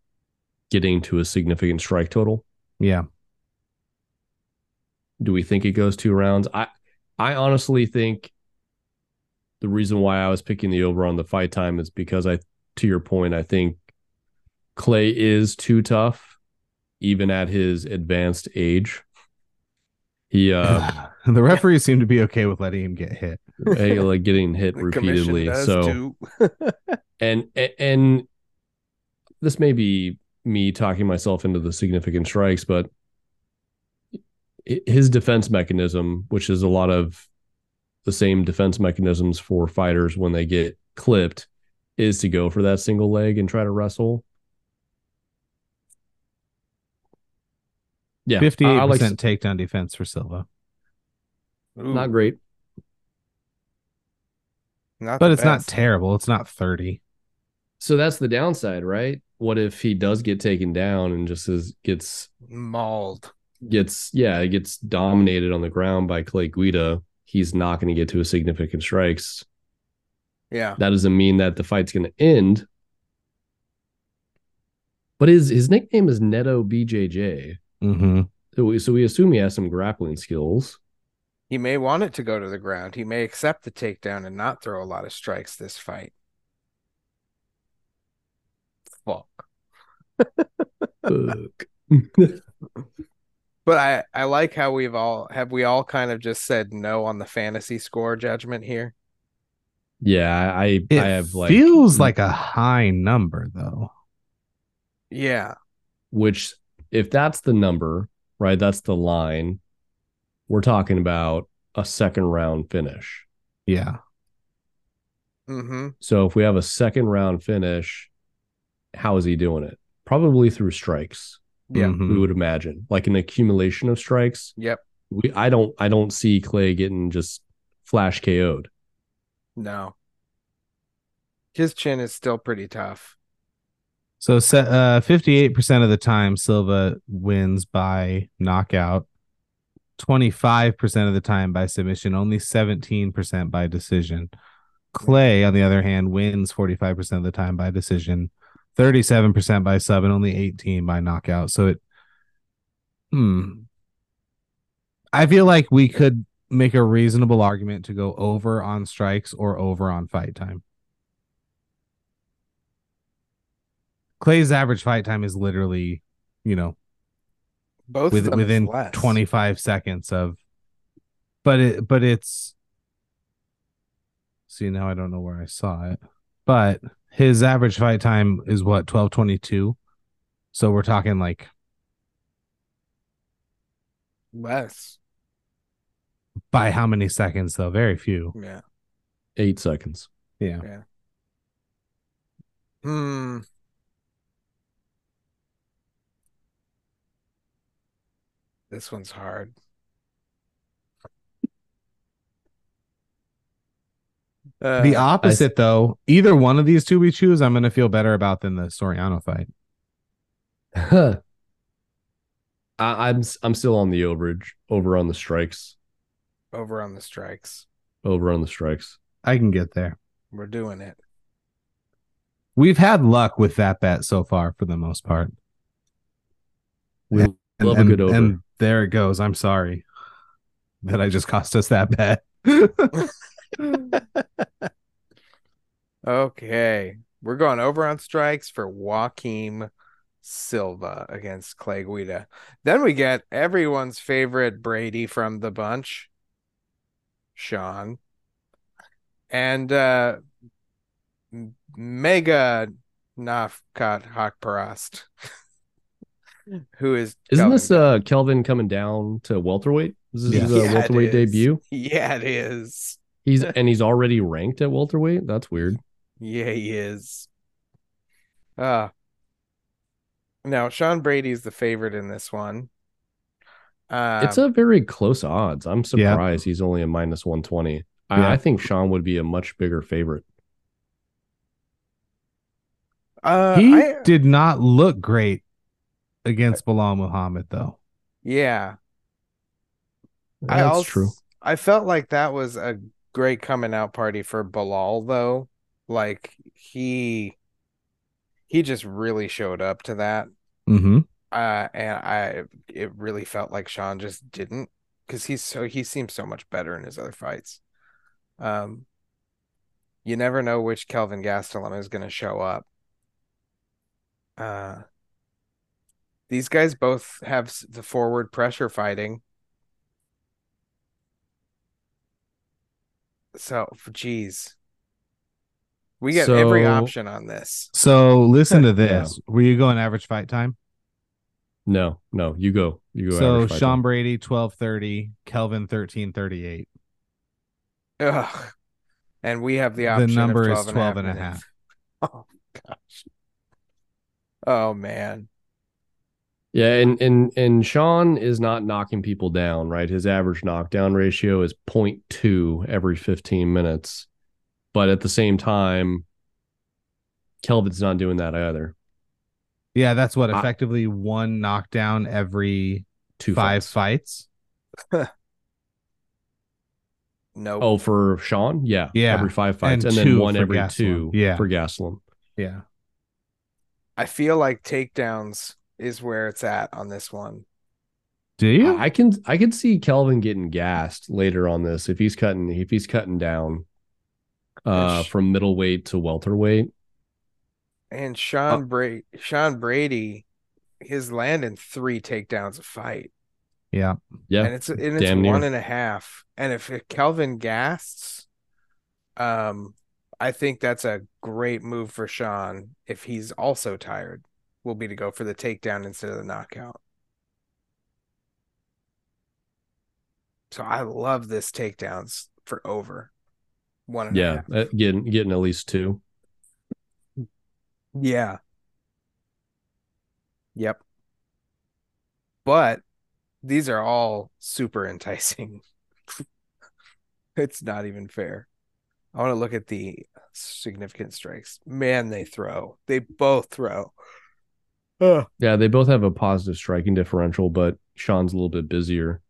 getting to a significant strike total. Yeah. Do we think it goes two rounds? I I honestly think the reason why I was picking the over on the fight time is because I to your point, I think Clay is too tough, even at his advanced age. He uh the referees seem to be okay with letting him get hit. hey, like getting hit The commission repeatedly. does So too. and a- and this may be me talking myself into the significant strikes but hi- his defense mechanism which is a lot of the same defense mechanisms for fighters when they get clipped is to go for that single leg and try to wrestle yeah I- 58% I like s- takedown defense for Silva. Ooh, not great Not but the it's best. not terrible. It's not 30. So that's the downside, right? What if he does get taken down and just is, gets mauled. gets yeah it gets dominated on the ground by Clay Guida, he's not going to get to a significant strikes. Yeah. That doesn't mean that the fight's going to end. But his his nickname is Neto BJJ, Mm-hmm. hmm so we, so we assume he has some grappling skills. He may want it to go to the ground. He may accept the takedown and not throw a lot of strikes this fight. Fuck. Fuck. But I I like how we've all have we all kind of just said no on the fantasy score judgment here. yeah, I I- It I have like mm-hmm. feels like a high number though. Yeah. which if that's the number, right? That's the line. We're talking about a second round finish. Yeah. Mm-hmm. So if we have a second round finish, how is he doing it? Probably through strikes, Yeah. we Mhm. would imagine. Like an accumulation of strikes. Yep. We I don't I don't see Clay getting just flash KO'd. No. His chin is still pretty tough. So se- uh, 58% of the time Silva wins by knockout, 25% of the time by submission, only 17% by decision. Clay on the other hand wins 45% of the time by decision, 37% by sub and only 18 by knockout. So it hmm I feel like we could make a reasonable argument to go over on strikes or over on fight time. Clay's average fight time is literally, you know, Both of with, them is within less. 25 seconds of but it but it's see now I don't know where I saw it. But his average fight time is what 1222. So we're talking like less. by how many seconds though? Very few. Yeah. Eight seconds. Yeah. Hmm. This one's hard. Uh, the opposite though, either one of these two we choose, I'm going to feel better about than the Soriano fight. I, I'm s- I'm still on the overage, over on the strikes, over on the strikes. over on the strikes. I can get there. We're doing it. We've had luck with that bet so far for the most part. We And- love and, a good over. and there it goes. I'm sorry that I just cost us that bet. Okay. We're going over on strikes for Joaquim Silva against Clay Guida. Then we get everyone's favorite Brady from the bunch, Sean. And uh M- Mega Nafkat Hakparast, who is Isn't going- this uh Kelvin coming down to welterweight? Is this Yeah. his uh, Yeah, it is. welterweight debut? Yeah, it is. He's and he's already ranked at welterweight. That's weird. Yeah, he is. Uh now Sean Brady's the favorite in this one. Uh Um, It's a very close odds. I'm surprised he's only a minus 120. Yeah. I, I think Sean would be a much bigger favorite. uh he I, did not look great against Bilal Muhammad, though. yeah. I That's als- true. I felt like that was a great coming out party for Bilal though. Like he he just really showed up to that. Mm-hmm. Uh and I it really felt like Sean just didn't because he's so he seems so much better in his other fights. Um you never know which Kelvin Gastelum is gonna show up. Uh these guys both have s- the forward pressure fighting. So geez. We get every So- option on this. So listen to Yeah. this. Were you going average fight time? No, no, you go. You go. so average fight Sean time. Brady, 1230, Kelvin, 1338. Ugh. And we have the The option number of is 12 and a minutes. half. Oh gosh. Oh man. Yeah, and and and Sean is not knocking people down, right? His average knockdown ratio is 0.2 every 15 minutes. But at the same time, Kelvin's not doing that either. Yeah, that's what I- effectively one knockdown every Two five fights. fights. No. Oh, for Sean, yeah, Yeah. every five fights, And and, two then one for every Gaslam. two, Yeah. for Gaslam. Yeah. I feel like takedowns is where it's at on this one. Do you? I can I can see Kelvin getting gassed later on this if he's cutting if he's cutting down uh Ish. from middleweight to welterweight. And Uh. Sean Bra- Sean Brady, his land in three takedowns a fight. yeah. Yeah. and it's and it's damn near. one and a half. And if it- Kelvin Gasts, um, I think that's a great move for Sean if he's also tired. Will be to go for the takedown instead of the knockout. So I love this takedowns for over one and a yeah. half. uh, Getting getting at least two. Yeah. Yep. But these are all super enticing. it's not even fair. I want to look at the significant strikes. Man, they throw. They both throw. Ugh. Yeah, they both have a positive striking differential, but Sean's a little bit busier.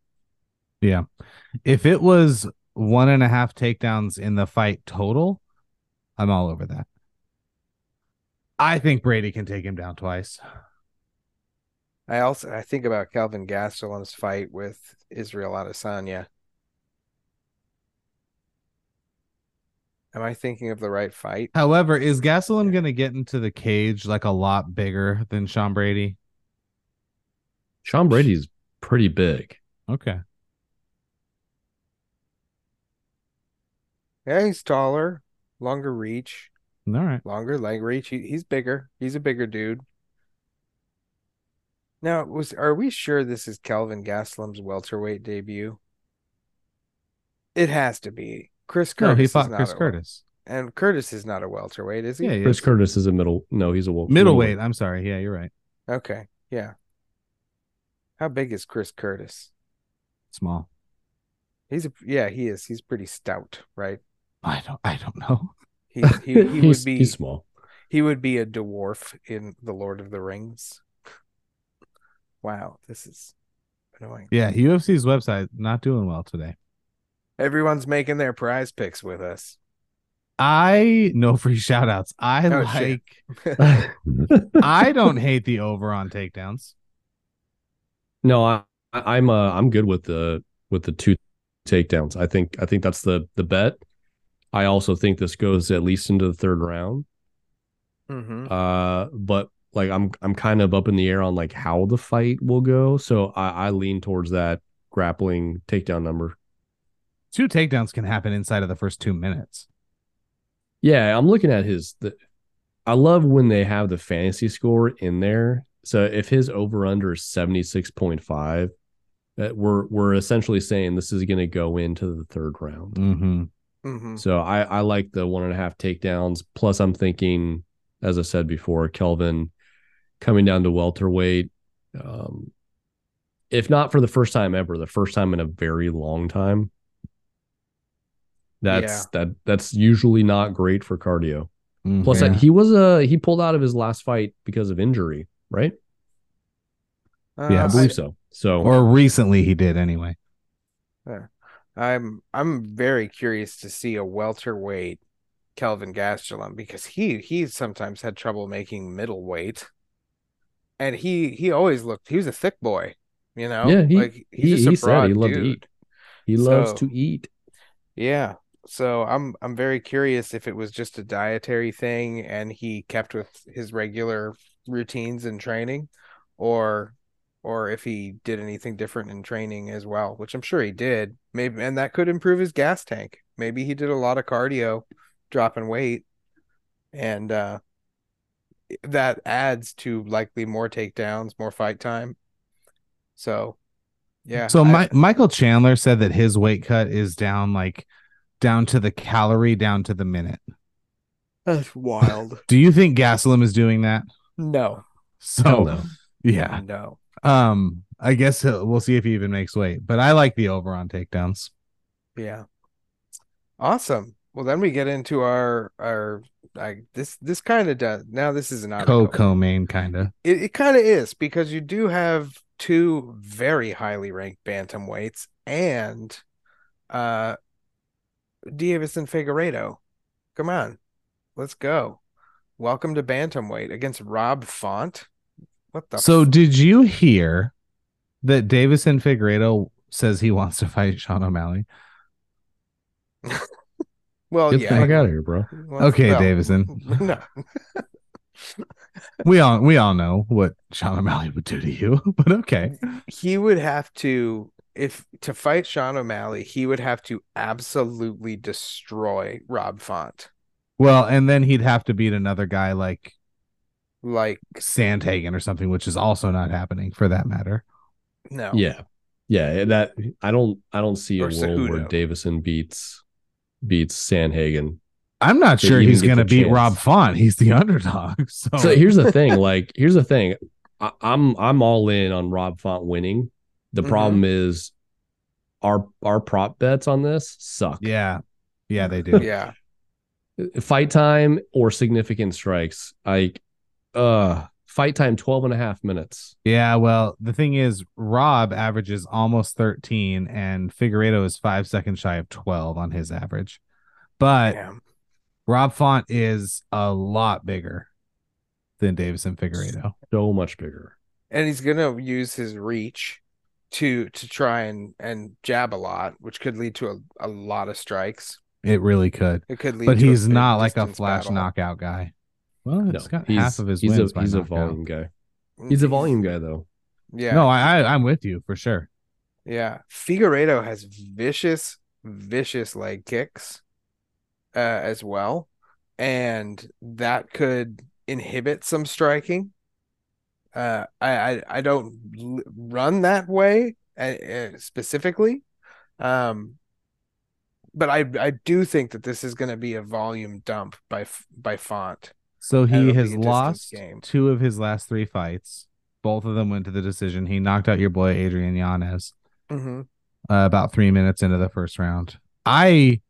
Yeah. If it was one and a half takedowns in the fight total, I'm all over that. I think Brady can take him down twice. I also I think about Calvin Gastelum's fight with Israel Adesanya. Am I thinking of the right fight? However, is Gastelum going to get into the cage like a lot bigger than Sean Brady? Sean Brady's pretty big. Okay. Yeah, he's taller, longer reach. All right. longer leg reach. He, he's bigger. He's a bigger dude. Now, was are we sure this is Kelvin Gastelum's welterweight debut? It has to be. Chris No, Curtis. he is fought not Chris a- Curtis. and Curtis is not a welterweight, is he? Yeah, he Chris is. Curtis is a middle. No, he's a wel- Middleweight. I'm sorry. Yeah, you're right. Okay. Yeah. How big is Chris Curtis? Small. He's a yeah, he is. He's pretty stout, right? I don't. I don't know. He he, he he's, would be he's small. He would be a dwarf in The Lord of the Rings. Wow, this is annoying. Yeah, UFC's website not doing well today. Everyone's making their prize picks with us. I no free shout outs. I Oh, shit. like. I don't hate the over on takedowns. No, I, I- I'm uh, I'm good with the with the two takedowns. I think I think that's the the bet. I also think this goes at least into the third round. Mm-hmm. Uh, but like I'm I'm kind of up in the air on like how the fight will go. So I, I lean towards that grappling takedown number. Two takedowns can happen inside of the first two minutes. Yeah, I'm looking at his. The, I love when they have the fantasy score in there. So if his over under is 76.5, that uh, we're we're essentially saying this is going to go into the third round. Mm-hmm. Mm-hmm. So I I like the one and a half takedowns. Plus, I'm thinking, as I said before, Kelvin coming down to welterweight. Um, if not for the first time ever, the first time in a very long time. That's that that's usually not great for cardio. Plus, uh, he was a he pulled out of his last fight because of injury, right? Yeah, I Uh, believe so. So or recently he did anyway. I'm I'm very curious to see a welterweight Kelvin Gastelum because he he sometimes had trouble making middleweight, and he he always looked he was a thick boy, you know. Yeah, he- like he's he- just a he said he broad loved to dude. eat. he loves so- to eat. Yeah. So I'm I'm very curious if it was just a dietary thing and he kept with his regular routines and training or or if he did anything different in training as well, which I'm sure he did. Maybe and that could improve his gas tank. Maybe he did a lot of cardio, dropping weight, and uh that adds to likely more takedowns, more fight time. So yeah. So I- Mi- Michael Chandler said that his weight cut is down like down to the calorie, down to the minute. that's wild. Do you think Gaslam is doing that? No, So Hell no. yeah. no. Um, I guess he'll, we'll see if he even makes weight. But I like the over on takedowns. Yeah. Awesome. Well, then we get into our our like this this kind of does now. This is not a co co- co main kind of. It, it kind of is because you do have two very highly ranked bantamweights and uh Davis and Figueredo. Come on, let's go. Welcome to bantamweight against Rob Font. What the So f- did you hear that Davison Figueredo says he wants to fight Sean O'Malley? well, Get the Oh, yeah. fuck out of here, bro. Well, Okay, no. Davison. No, We all we all know what Sean O'Malley would do to you, but okay. he would have to if to fight Sean O'Malley, he would have to absolutely destroy Rob Font. Well, and then he'd have to beat another guy like Like Sandhagen or something, which is also not happening for that matter. no. Yeah, yeah. eh, That I don't I don't see Oh. a Or world where Cejudo. Davison beats beats Sanhagen. I'm not Did sure he even he's get gonna the beat chance? Rob Font. He's the underdog. So, So here's the thing. Like here's the thing. I, I'm I'm all in on Rob Font winning. The Mhm. problem is our our prop bets on this suck. yeah. Yeah, they do. Yeah. Fight time or significant strikes. Like uh fight time 12 and a half minutes. Yeah, well, the thing is, Rob averages almost 13, and Figueredo is five seconds shy of 12 on his average. But yeah. Rob Font is a lot bigger than Davison Figueredo. So much bigger. And he's gonna use his reach to to try and and jab a lot, which could lead to a, a lot of strikes. It really could. It could lead But to a he's big not like a distance flash battle. knockout guy. Well, No, it's got he's- half of his he's wins a, by he's a knockout. volume guy. He's a volume guy though. Mm-hmm. Yeah. No, I, I I'm with you for sure. Yeah. Figueredo has vicious, vicious leg kicks uh, as well. And that could inhibit some striking. Uh, I, I, I don't l- run that way uh, uh, specifically. Um, but I, I do think that this is going to be a volume dump by, f- by font. So That'll he be a has distance lost game. two of his last three fights. Both of them went to the decision. He knocked out your boy Adrian Yanez. Mm-hmm. uh, about three minutes into the first round. I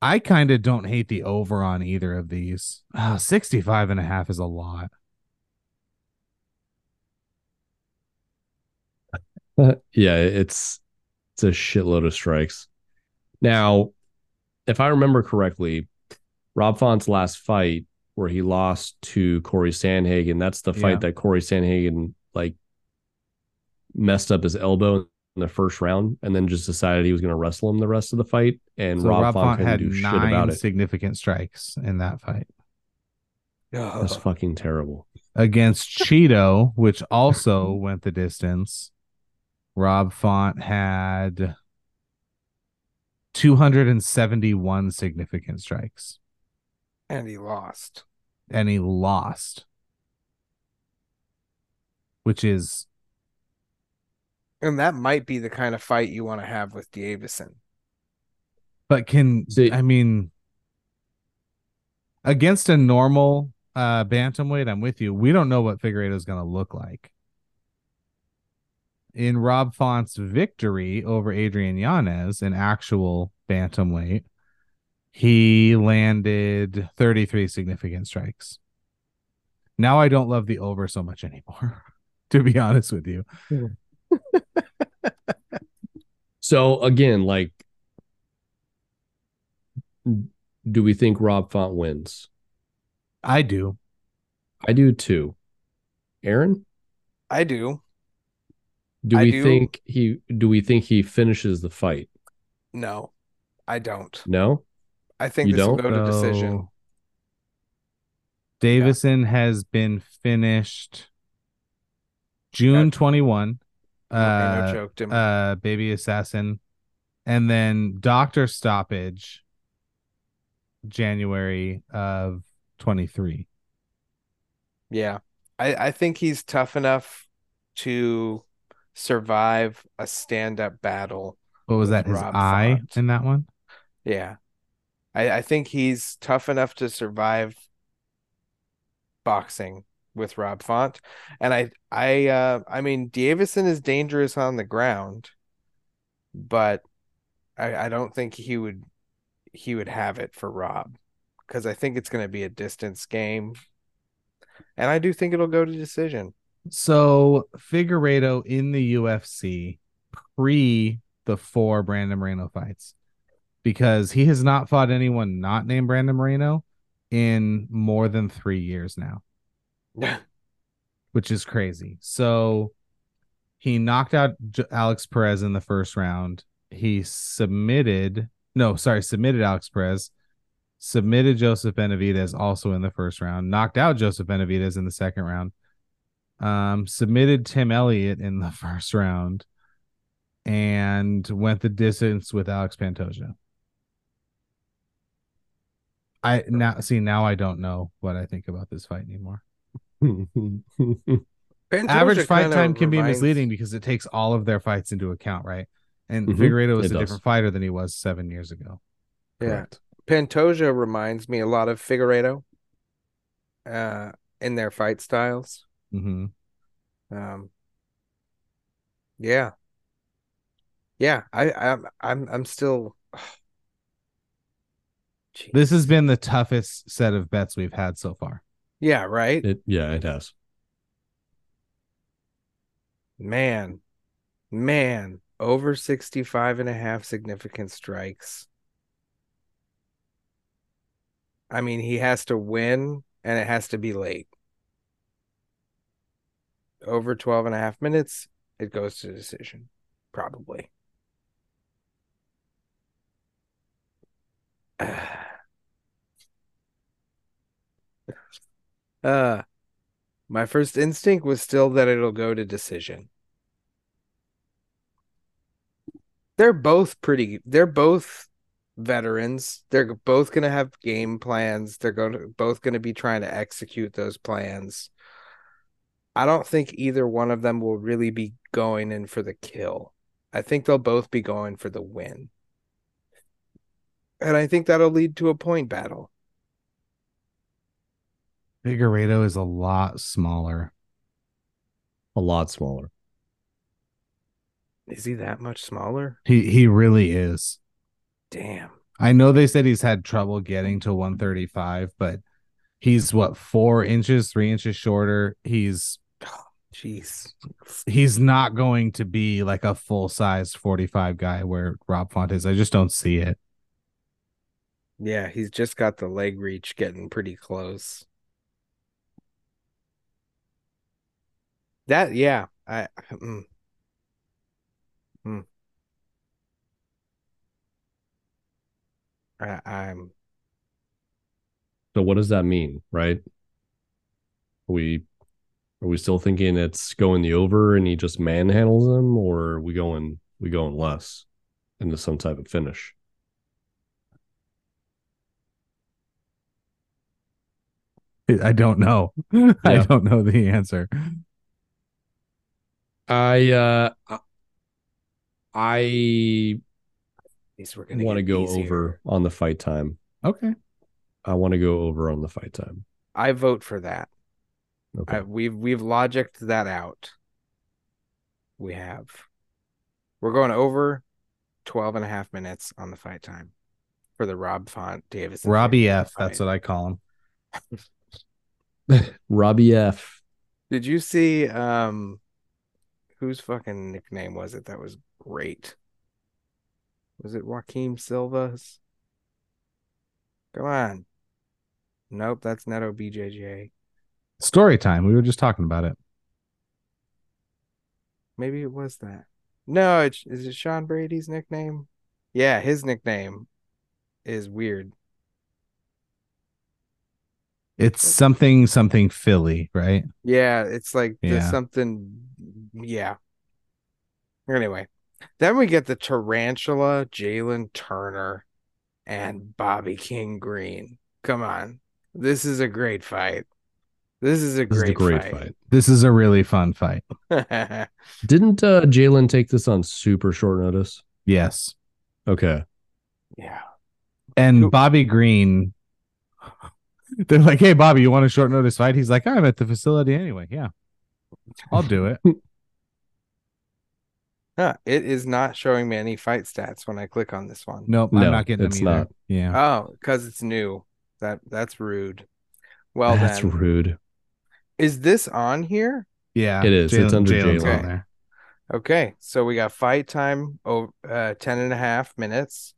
I kind of don't hate the over on either of these. Uh, 65 and a half is a lot. yeah, it's it's a shitload of strikes. Now, if I remember correctly, Rob Font's last fight where he lost to Corey Sandhagen, that's the fight Yeah. that Corey Sandhagen like messed up his elbow in the first round and then just decided he was going to wrestle him the rest of the fight and so Rob, Rob Font Font couldn't had do shit about nine it. significant strikes in that fight That's fucking terrible. against Cheeto, which also went the distance. Rob Font had 271 significant strikes And he lost. and he lost, which is And that might be the kind of fight you want to have with Davison. But can So- I mean against a normal uh bantamweight, I'm with you. We don't know what Figueredo is going to look like. In Rob Font's victory over Adrian Yanez, an actual bantamweight, he landed 33 significant strikes. Now I don't love the over so much anymore, to be honest with you. So again, like do we think Rob Font wins? I do. I do too. Aaron, I do. do I we do. think he do we think he finishes the fight? No, I don't. No? I think You this will don't? go to decision. So, Davison has been finished June 21. Moreno Uh, choked him. uh, Baby Assassin. And then Doctor Stoppage, January of 23. yeah, I, I think he's tough enough to survive a stand-up battle. What was With that? His Rob eye Font. in that one? Yeah, I, I think he's tough enough to survive boxing with Rob Font, and I I uh, I mean Davison is dangerous on the ground, but I, I don't think he would he would have it for Rob because I think it's going to be a distance game, and I do think it'll go to decision. So Figueredo in the UFC pre the four Brandon Moreno fights because he has not fought anyone not named Brandon Moreno in more than three years now, which is crazy. So he knocked out J- Alex Perez in the first round. He submitted, no, sorry, submitted Alex Perez, submitted Joseph Benavidez also in the first round, knocked out Joseph Benavidez in the second round, um, submitted Tim Elliott in the first round, and went the distance with Alex Pantoja. I now see now I don't know what I think about this fight anymore. Pantoja Average fight kinda time can be reminds- misleading because it takes all of their fights into account, right? And Mhm. Figueredo It was a does. different fighter than he was seven years ago. Yeah, Correct. Pantoja reminds me a lot of Figueredo, uh, in their fight styles. hmm Um, yeah, yeah. I, I'm, I'm, I'm still. Jeez. This has been the toughest set of bets we've had so far. Yeah, right, It yeah, it has. man, man. Over 65 and a half significant strikes. I mean, he has to win, and it has to be late. Over 12 and a half minutes, it goes to decision, probably. Uh, my first instinct was still that it'll go to decision. They're both pretty, they're both veterans. They're both going to have game plans. They're going to both going to be trying to execute those plans. I don't think either one of them will really be going in for the kill. I think they'll both be going for the win. And I think that'll lead to a point battle. Figueredo is a lot smaller. A lot smaller. Is he that much smaller? He he really is. Damn. I know they said he's had trouble getting to 135, but he's what four inches, three inches shorter. He's Jeez. he's not going to be like a full size 45 guy where Rob Font is. I just don't see it. Yeah, he's just got the leg reach getting pretty close. That yeah, I mm. Mm. I, I'm So what does that mean, right? Are we are we still thinking it's going the over and he just manhandles him, or are we going we going less into some type of finish? I don't know. I Yeah. don't know the answer. I uh I these were gonna want to get go easier. over on the fight time. Okay. I want to go over on the fight time. I vote for that. Okay. I, we've we've logicked that out. We have. We're going over 12 and a half minutes on the fight time for the Rob Font Davis. Robbie F. That's what I call him. Robbie F. Did you see um whose fucking nickname was it that was great? Was it Joaquin Silva's? Come on. Nope, that's Neto BJJ. Story time. We were just talking about it. Maybe it was that. No, it's, is it Sean Brady's nickname? Yeah, his nickname is weird. It's something something Philly, right? Yeah, it's like there's Yeah. something. Yeah. Anyway, then we get the tarantula, Jalen Turner, and Bobby King Green. Come on, this is a great fight. This is a This is a great, great fight. fight. This is a really fun fight. Didn't uh Jalen take this on super short notice? Yes. Okay. yeah, And Who- Bobby Green, they're like, "Hey, Bobby, you want a short notice fight?" He's like, "I'm at the facility anyway. Yeah, I'll do it." Huh, it is not showing me any fight stats when I click on this one. Nope, No, I'm not getting them it's either. not. Uh, Yeah. Oh, because it's new. That that's rude. Well That's then, rude. is this on here? yeah. It is. It's under Jalen's Jalen. on there. Okay, so we got fight time over uh, 10 and a half minutes,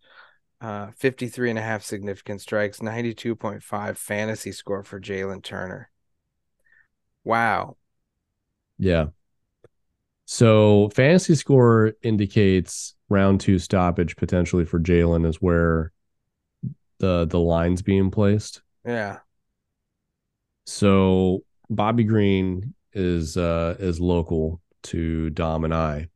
uh, 53 and a half significant strikes, 92.5 fantasy score for Jalen Turner. Wow. Yeah. So fantasy score indicates round two stoppage potentially for Jalen is where the the line's being placed. Yeah. So Bobby Green is uh is local to Dom and I,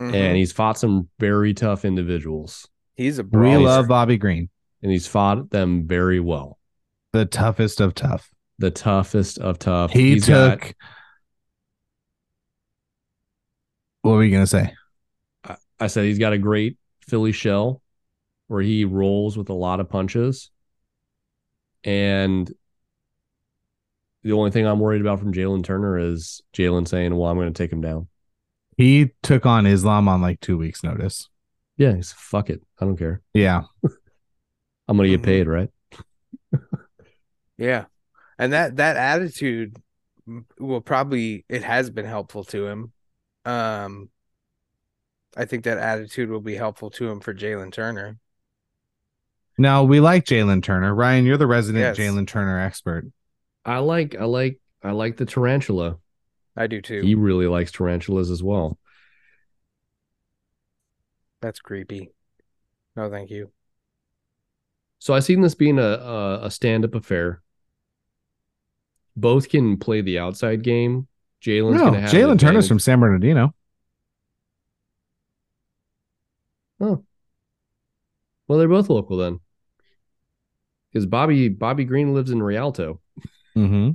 Mhm. and he's fought some very tough individuals, he's a We brawler. love Bobby Green, and he's fought them very well. the toughest of tough. The toughest of tough. He Oh, He's got- took. What were you gonna say? I said he's got a great Philly shell where he rolls with a lot of punches. And the only thing I'm worried about from Jalen Turner is Jalen saying, Well, I'm going to take him down. He took on Islam on like two weeks' notice. Yeah, he's fuck it. I don't care. Yeah, I'm going to Mhm. get paid, right? Yeah. And that that attitude m- will probably it has been helpful to him. Um I think that attitude will be helpful to him for Jalen Turner. No, we like Jalen Turner. Ryan, you're the resident Yes. Jalen Turner expert. I like, I like, I like the tarantula. I do too. He really likes tarantulas as well. That's creepy. No, thank you. So I seen this being a a, a stand up affair. Both can play the outside game. Jalen's no, gonna have an Jalen Turner's advantage. from San Bernardino. Well, they're both local then. Because Bobby Bobby Green lives in Rialto, Mm-hmm.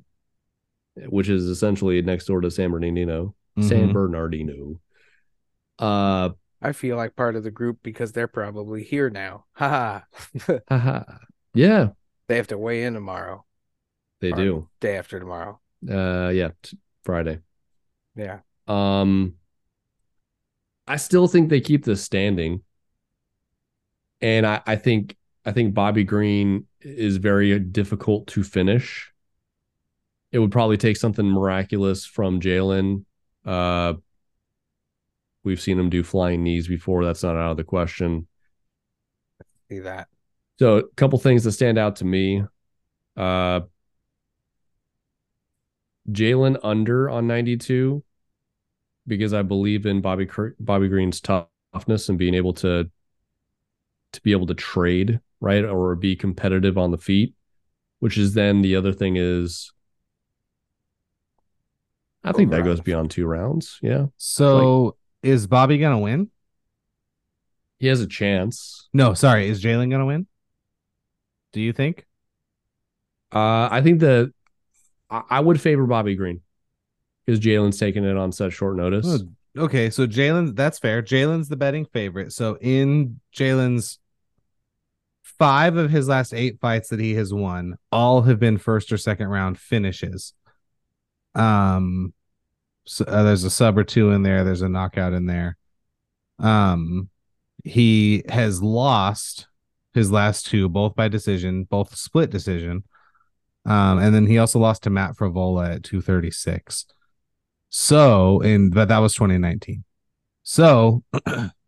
which is essentially next door to San Bernardino. Mm-hmm, San Bernardino. Uh I feel like part of the group because they're probably here now. Haha. haha. Yeah, they have to weigh in tomorrow, they All do. day after tomorrow. Uh yeah, t- Friday. Yeah. Um I still think they keep this standing. And I, I think I think Bobby Green is very difficult to finish. It would probably take something miraculous from Jalen. Uh we've seen him do flying knees before. That's not out of the question. See that. So a couple things that stand out to me. Uh Jalen under on 92 because I believe in Bobby Cr- Bobby Green's toughness and being able to to be able to trade, right? Or be competitive on the feet, which is then the other thing is I think Over that goes under. beyond two rounds. Yeah. So is Bobby gonna win? He has a chance. No, sorry, is Jalen gonna win? Do you think? Uh, I think that I, I would favor Bobby Green because Jalen's taking it on such short notice. Oh, Okay, so Jalen, that's fair. Jalen's the betting favorite. So in Jalen's five of his last eight fights that he has won, all have been first or second round finishes. Um, so, uh, there's a sub or two in there. There's a knockout in there. Um, he has lost his last two, both by decision, both split decision. Um, and then he also lost to Matt Fravola at 236. So, and but that was 2019. So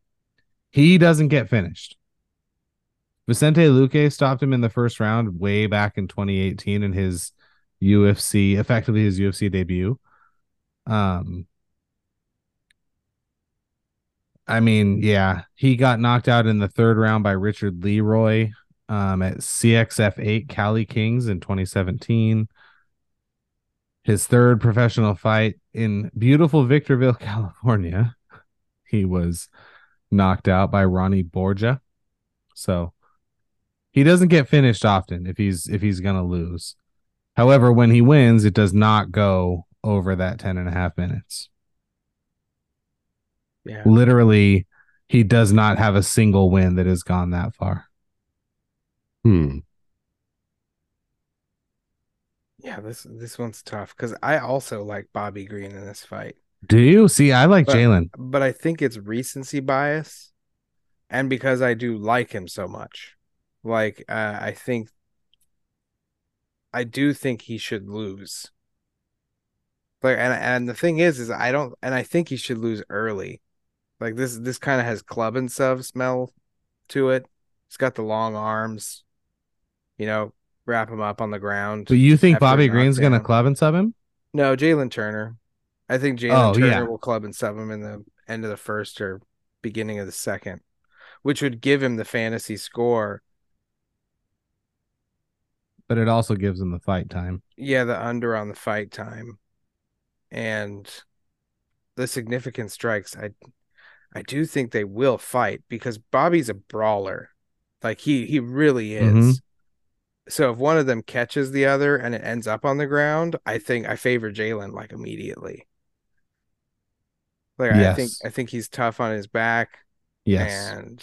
he doesn't get finished. Vicente Luque stopped him in the first round way back in 2018 in his UFC, effectively his UFC debut. Um, I mean, yeah, he got knocked out in the third round by Richard Leroy um, at CXF8 Cali Kings in 2017 his third professional fight in beautiful Victorville, California. He was knocked out by Ronnie Borgia. So he doesn't get finished often if he's if he's gonna lose. However, when he wins, it does not go over that 10 and a half minutes. Yeah. Mm. Literally, he does not have a single win that has gone that far. Hmm. Yeah, this this one's tough because I also like Bobby Green in this fight. Do you see? I like But- Jalen. but I think it's recency bias, and because I do like him so much, like uh, I think, I do think he should lose. Like, and and the thing is, is I don't, and I think he should lose early. Like this, this kind of has club and sub smell to it. It's got the long arms, you know, wrap him up on the ground. Do you think after Bobby a Green's gonna knockdown. club and sub him? No, Jalen Turner. I think Jalen Oh, Turner yeah. will club and sub him in the end of the first or beginning of the second, which would give him the fantasy score. But it also gives him the fight time. Yeah, the under on the fight time, and the significant strikes. I, I do think they will fight because Bobby's a brawler, like he he really is. Mhm. So if one of them catches the other and it ends up on the ground, I think I favor Jalen like immediately. Like I think Yes. I think he's tough on his back Yes. and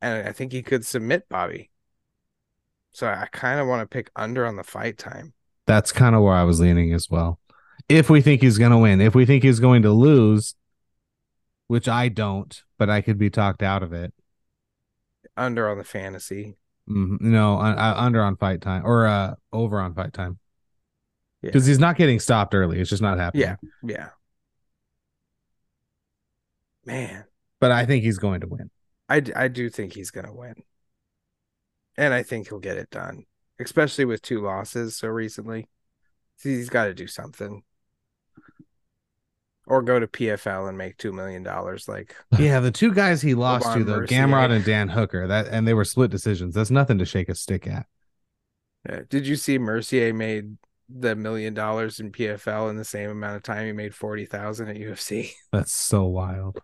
and I think he could submit Bobby. So I kind of want to pick under on the fight time. That's kind of where I was leaning as well. If we think he's gonna win, if we think he's going to lose, which I don't, but I could be talked out of it. Under on the fantasy. Mhm. No, I, I, under on fight time or uh over on fight time Yeah. because he's not getting stopped early. It's just not happening. Yeah. Yeah. Man, but I think he's going to win. I d- I do think he's going to win. And I think he'll get it done, especially with two losses so recently. He's got to do something. Or go to PFL and make 2 million dollars like Yeah, the two guys he lost Lamar to though, Mercier. Gamrod and Dan Hooker, that and they were split decisions. That's nothing to shake a stick at. Yeah. eh, Did you see Mercier made the million dollars in PFL in the same amount of time he made forty thousand at UFC? That's so wild.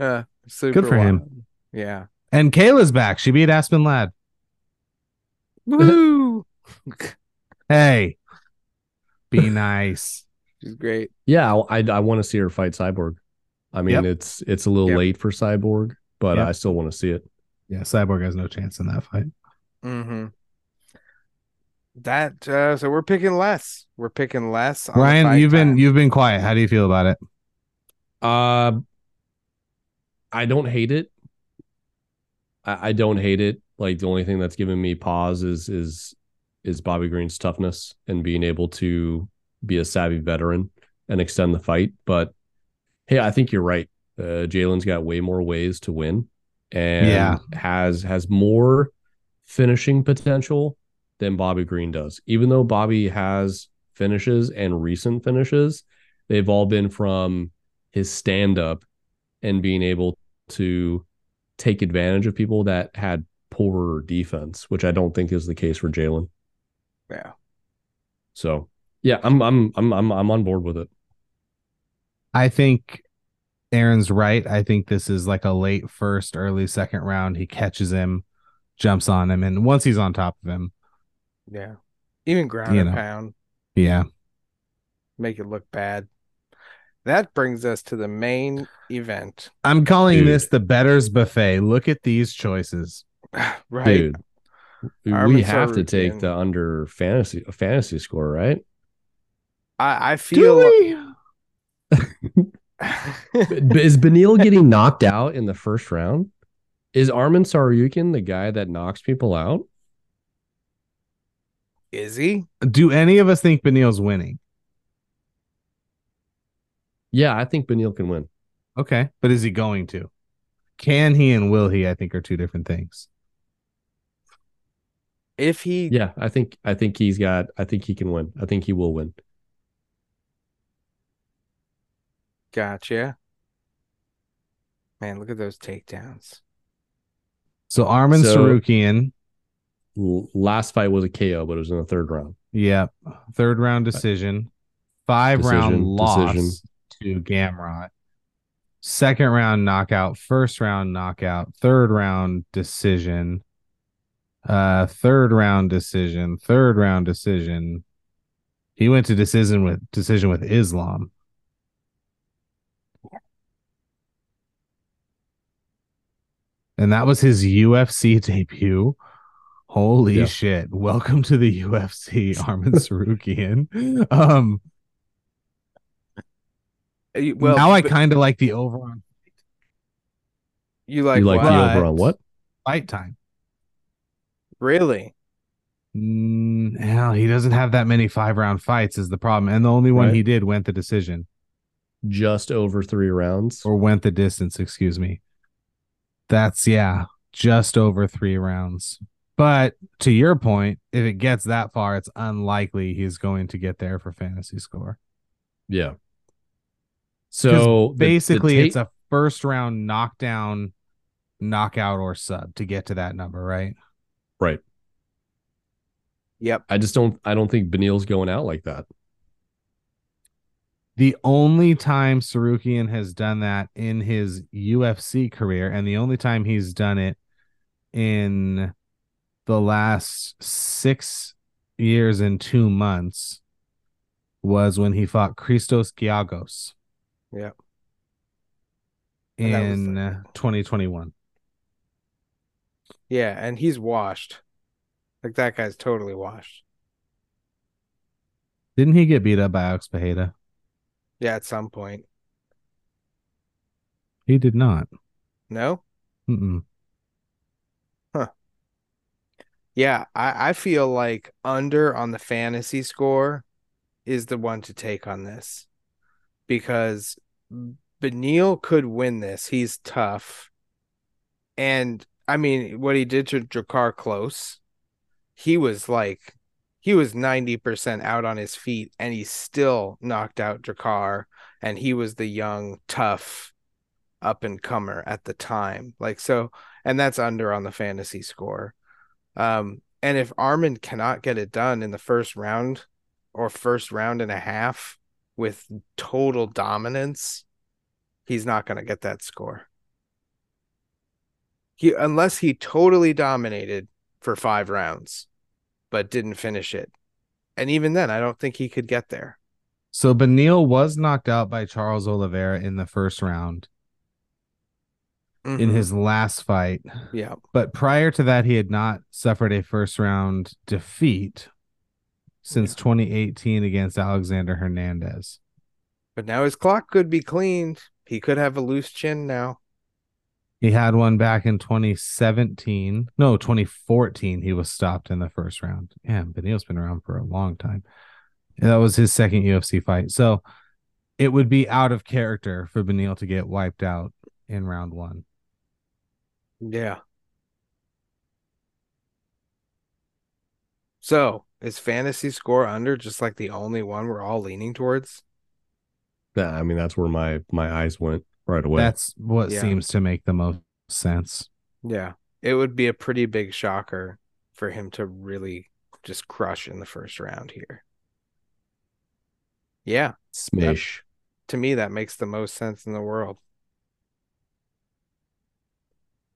Uh, super for him. wild. Yeah. And Kayla's back. She beat Aspen Ladd. Woo! Hey, be nice. She's great. Yeah, I I, want to see her fight Cyborg. I mean, Yep. it's it's a little Yep. late for Cyborg, but Yep. I still want to see it. Yeah, Cyborg has no chance in that fight. Mm-hmm. That uh, so we're picking less. We're picking less. on the Ryan, fight you've been time. you've been quiet. How do you feel about it? Uh, I don't hate it. I, I don't hate it. Like the only thing that's given me pause is is is Bobby Green's toughness and being able to be a savvy veteran and extend the fight. But hey, I think you're right. Uh, Jalen's got way more ways to win, and Yeah. has has more finishing potential than Bobby Green does. Even though Bobby has finishes and recent finishes, they've all been from his stand up and being able to take advantage of people that had poorer defense, which I don't think is the case for Jalen. Yeah. So yeah, I'm I'm I'm I'm I'm on board with it. I think Aaron's right. I think this is like a late first, early second round. He catches him, jumps on him, and once he's on top of him, Yeah. Even ground You and know. pound, yeah. make it look bad. That brings us to the main event. I'm calling Dude. this the betters buffet. Look at these choices. Right. Dude. We Armin's so have to take routine. the under fantasy fantasy score, right? I, I feel we? B- is Benil getting knocked out in the first round? Is Armin Saryukin the guy that knocks people out? is he? Do any of us think Benil's winning? Yeah, I think Benil can win. Okay. But is he going to? Can he and will he, I think, are two different things. If he Yeah, I think I think he's got I think he can win. I think he will win. Gotcha. Man, look at those takedowns. So Armin So- Sarukian, L- last fight was a KO, but it was in the third round. yeah, third round decision, five round Decision, loss decision. to Gamrot, second round knockout, first round knockout, third round decision, uh, third round decision, third round decision. He went to decision with decision with Islam. And that was his UFC debut. Holy Yeah. shit. Welcome to the UFC, Armin Sarukian. Um Uh, You- Well, now I but kind of like the overall you like, you like what? the what? over on what? fight time. really? Mm, hell, he doesn't have that many five round fights is the problem, and the only one Right. he did went the decision Just over three rounds. or went the distance. Excuse me. That's yeah, just over three rounds. But to your point, if it gets that far, it's unlikely he's going to get there for fantasy score. Yeah. So the- the Basically, tape- it's a first round knockdown, knockout or sub to get to that number, right? Yep. I just don't. I don't think Benil's going out like that. The only time Sarukian has done that in his UFC career, and the only time he's done it in the last six years and two months, was when he fought Christos Giagos. Yep. And that was In like- uh, 2021. Yeah, and he's washed. Like that guy's totally washed. Didn't he get beat up by Alex Bejeda? Yeah, at some point. He did not. No? Mm-mm. Yeah, I, I feel like under on the fantasy score is the one to take on this because Benil could win this. He's tough. And I mean, what he did to Drakkar Close, he was like, he was 90% out on his feet and he still knocked out Drakkar. And he was the young, tough up and comer at the time. Like, so, and that's under on the fantasy score. Um, and if Armin cannot get it done in the first round or first round and a half with total dominance, he's not going to get that score. He unless he totally dominated for 5 rounds but didn't finish it. And even then I don't think he could get there. So Benil was knocked out by Charles Oliveira in the first round in Mhm. his last fight. yeah. but prior to that he had not suffered a first round defeat since 2018 against Alexander Hernandez. But now his clock could be cleaned. He could have a loose chin now. He had one back in 2017. No, 2014 he was stopped in the first round. Yeah, Benil's been around for a long time. And that was his second UFC fight. So it would be out of character for Benil to get wiped out in round 1. Yeah. So is fantasy score under just like the only one we're all leaning towards? That I mean, that's where my my eyes went right away. That's what Yeah. seems to make the most sense. Yeah. It would be a pretty big shocker for him to really just crush in the first round here. Yeah. Smash. To me, that makes the most sense in the world.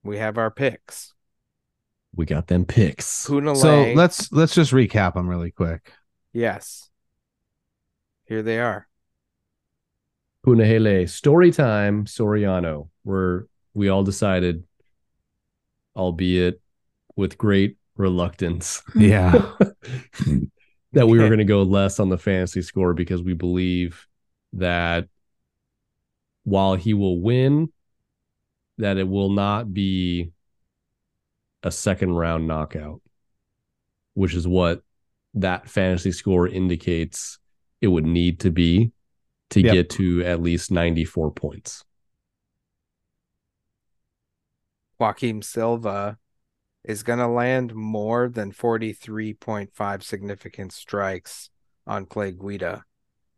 We have our picks. We got them picks. Punale. So let's let's just recap them really quick. Yes. Here they are. Punahele story time. Soriano, where we all decided, albeit with great reluctance, Yeah. that we were going to go less on the fantasy score because we believe that while he will win, that it will not be a second round knockout, which is what that fantasy score indicates it would need to be to Yep. get to at least 94 points. Joaquin Silva is going to land more than 43.5 significant strikes on Clay Guida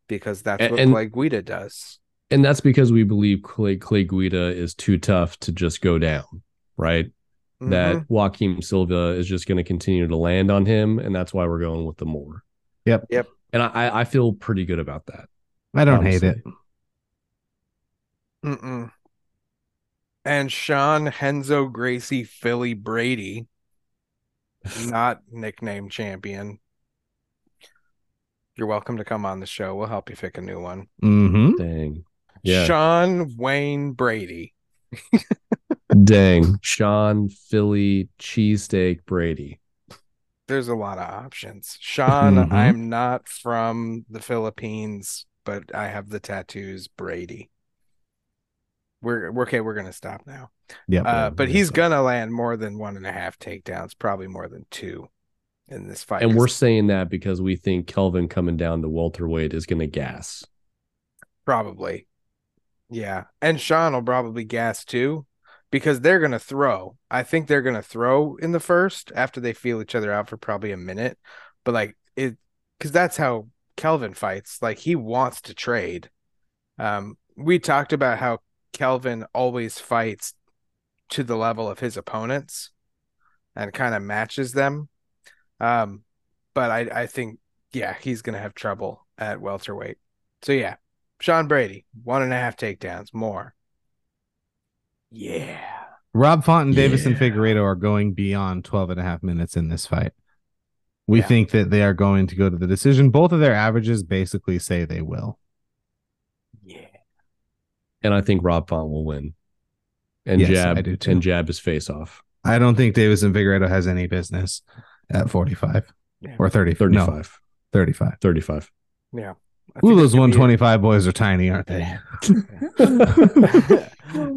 because that's A- what and- Clay Guida does. And that's because we believe Clay, Clay Guida is too tough to just go down, right? Mhm. Mm-hmm. that Joaquin Silva is just going to continue to land on him, and that's why we're going with the more. Yep. Yep. And I- I, I feel pretty good about that. I don't hate Honestly. it. Mm-hmm, Mm-mm. And Sean Henzo Gracie Philly Brady, not nickname champion. You're welcome to come on the show. We'll help you pick a new one. Mm-hmm. Dang. Yeah. Sean Wayne Brady. Dang. Sean Philly cheesesteak Brady. there's a lot of options. Sean, Mhm. Mm-hmm. I'm not from the Philippines. but I have the tattoos Brady. We're, we're okay. We're gonna stop now. Yeah, Uh, but he's gonna land more than one and a half takedowns, probably more than two in this fight. And 'cause we're saying that because we think Kelvin coming down to welterweight is going to gas. probably, yeah. And Sean will probably gas too, because they're gonna throw. I think they're gonna throw in the first after they feel each other out for probably a minute. But like it, because that's how Kelvin fights. Like he wants to trade. Um, we talked about how Kelvin always fights to the level of his opponents and kind of matches them. Um, but I, I think, yeah, he's going to have trouble at welterweight. So, yeah, Sean Brady, one and a half takedowns, more. Yeah. Rob Font and Davis and Yeah. Figueredo are going beyond 12 and a half minutes in this fight. We Yeah. think that they are going to go to the decision. Both of their averages basically say they will. Yeah. And I think Rob Font will win. And Yes, jab I do too. and jab his face off. I don't think Davis and Figueredo has any business at 45 Yeah. or 30, 35. 35. 35. 35. I think Ooh, those that could be it. 125 boys are tiny, aren't they? I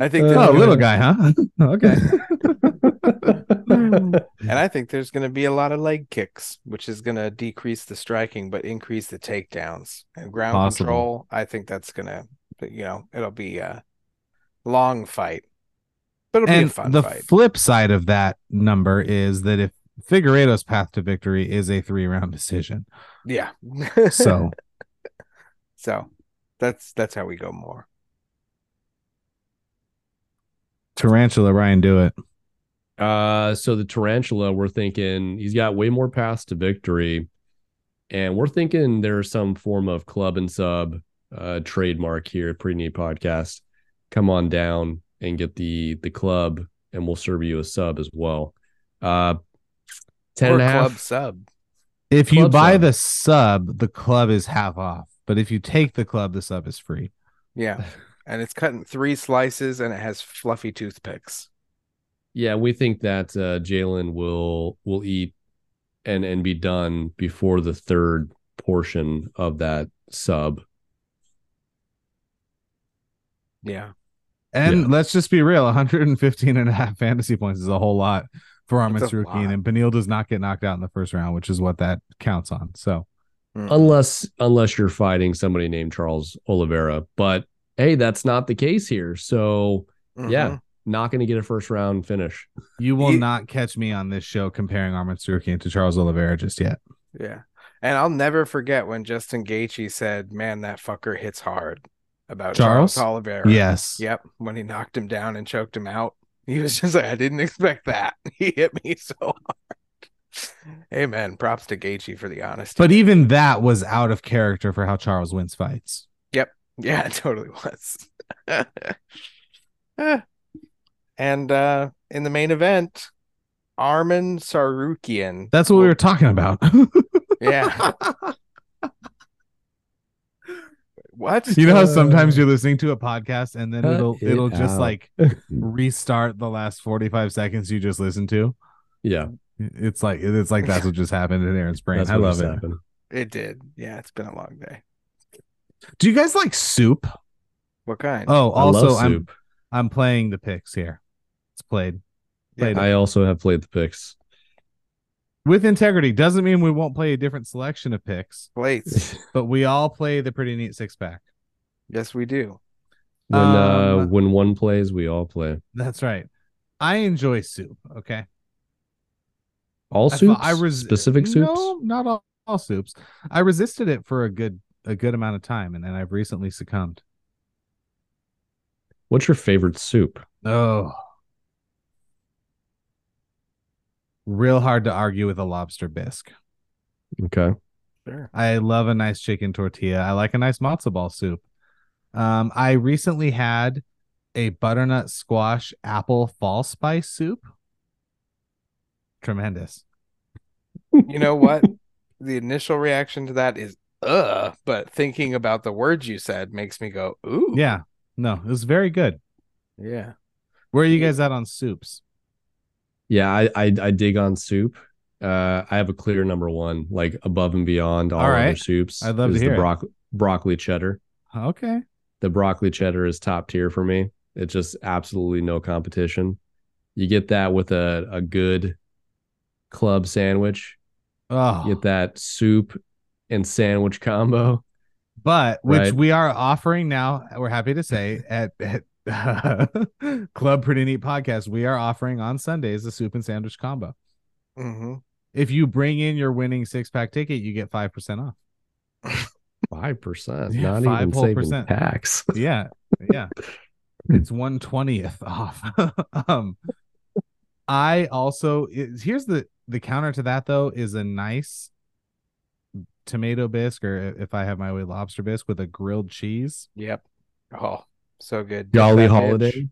think Uh, that's Oh, good. little guy, huh? okay. And I think there's going to be a lot of leg kicks, which is going to decrease the striking but increase the takedowns and ground Possible. control. I think that's going to, you know, it'll be a long fight, but it'll and be a fun the fight. flip side of that number is that if Figueredo's path to victory is a three round decision. yeah. So so that's that's how we go more. Tarantula Ryan do it. Uh, so the tarantula, we're thinking he's got way more paths to victory, and we're thinking there's some form of club and sub uh, trademark here at Pretty Neat Podcast. Come on down and get the the club, and we'll serve you a sub as well. Uh, ten or and a half. club sub. If you Club buy sub. the sub, the club is half off. But if you take the club, the sub is free. Yeah. And it's cut in three slices and it has fluffy toothpicks. Yeah, we think that uh, Jalen will will eat and and be done before the third portion of that sub. Yeah. And Yeah. let's just be real 115 and a half fantasy points is a whole lot for Armin It's a Sarukian. lot. And Benil does not get knocked out in the first round, which is what that counts on. So unless unless you're fighting somebody named Charles Oliveira. But hey, that's not the case here. So Mm-hmm. yeah, Mhm. not going to get a first round finish. you will You- not catch me on this show comparing Armin Sarukian to Charles Oliveira just yet. Mm-hmm. Yeah. And I'll never forget when Justin Gaethje said, "Man, that fucker hits hard." About Charles, Charles? Oliveira. Yes. Yep. When he knocked him down and choked him out, he was just like, "I didn't expect that. He hit me so hard." Amen. Props to Gaethje for the honesty. But even that was out of character for how Charles wins fights. Yeah, it totally was. Eh. and uh in the main event, Armin Sarukian. That's what we were talking about. Yeah. what? you know how sometimes you're listening to a podcast and then Uh, Cut it'll it it'll just out. like restart the last 45 seconds you just listened to. Yeah, It's like it's like that's what just happened in Aaron's brain. that's I what love just it. happened. It did. Yeah, it's been a long day. Do you guys like soup? What kind? Oh, I love also I'm soup. I'm playing the picks here. It's played. Yeah. Played I also have played the picks. with integrity. Doesn't mean we won't play a different selection of picks, Plates. but we all play the pretty neat six pack. Yes, we do. When uh, Um, when one plays, we all play. That's right. I enjoy soup. Okay. All I fo- soups. I res- specific No, soups. not all, all soups. I resisted it for a good a good amount of time, and then I've recently succumbed. What's your favorite soup? Oh, real hard to argue with a lobster bisque. Okay, Sure. I love a nice chicken tortilla. I like a nice matzo ball soup. Um, I recently had a butternut squash apple fall spice soup. Tremendous. You know what? the initial reaction to that is uh, but thinking about the words you said makes me go, ooh. Yeah. No, it was very good. Yeah. Where are you guys at on soups? yeah, I I, I dig on soup. Uh, I have a clear number one, like above and beyond all, All right. other soups. I'd love to is hear the it. broccoli broccoli cheddar. Okay. The broccoli cheddar is top tier for me. It's just absolutely no competition. You get that with a, a good club sandwich. Oh, Get that soup and sandwich combo. but which Right. we are offering now. We're happy to say at, at Club Pretty Neat Podcast, we are offering on Sundays the soup and sandwich combo. Mm-hmm. If you bring in your winning six pack ticket, you get five percent off. Five percent. Yeah, not five even whole saving percent. tax. Yeah, yeah, it's one twentieth off. um, I also it, here's the the counter to that though is a nice tomato bisque or if I have my way lobster bisque with a grilled cheese. Yep. Oh, so good. Dip Jolly that bitch. Holiday.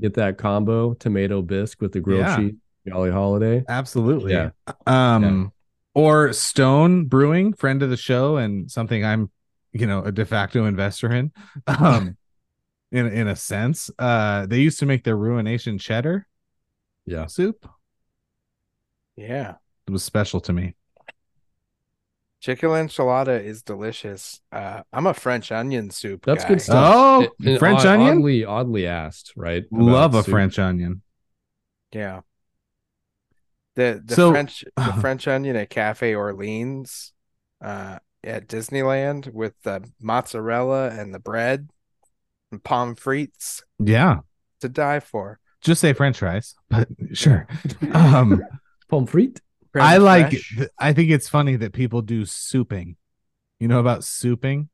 Get that combo tomato bisque with the grilled Yeah. cheese. Jolly Holiday. Absolutely. Yeah. Um or Stone Brewing, friend of the show and something I'm, you know, a de facto investor in. Um in in a sense. Uh they used to make their ruination cheddar Yeah. soup. Yeah. It was special to me. Chicken enchilada is delicious. Uh, I'm a French onion soup. That's guy. good stuff. Oh, It- and French odd- onion? Oddly, oddly asked, right? about Love a soup. French onion. Yeah. The the So- French the French onion at Cafe Orleans uh at Disneyland with the mozzarella and the bread and pommes frites Yeah. to die for. Just say French fries, but sure. Um Pommes frites. I Creme like fraiche. th- I think it's funny that people do souping. You know about souping?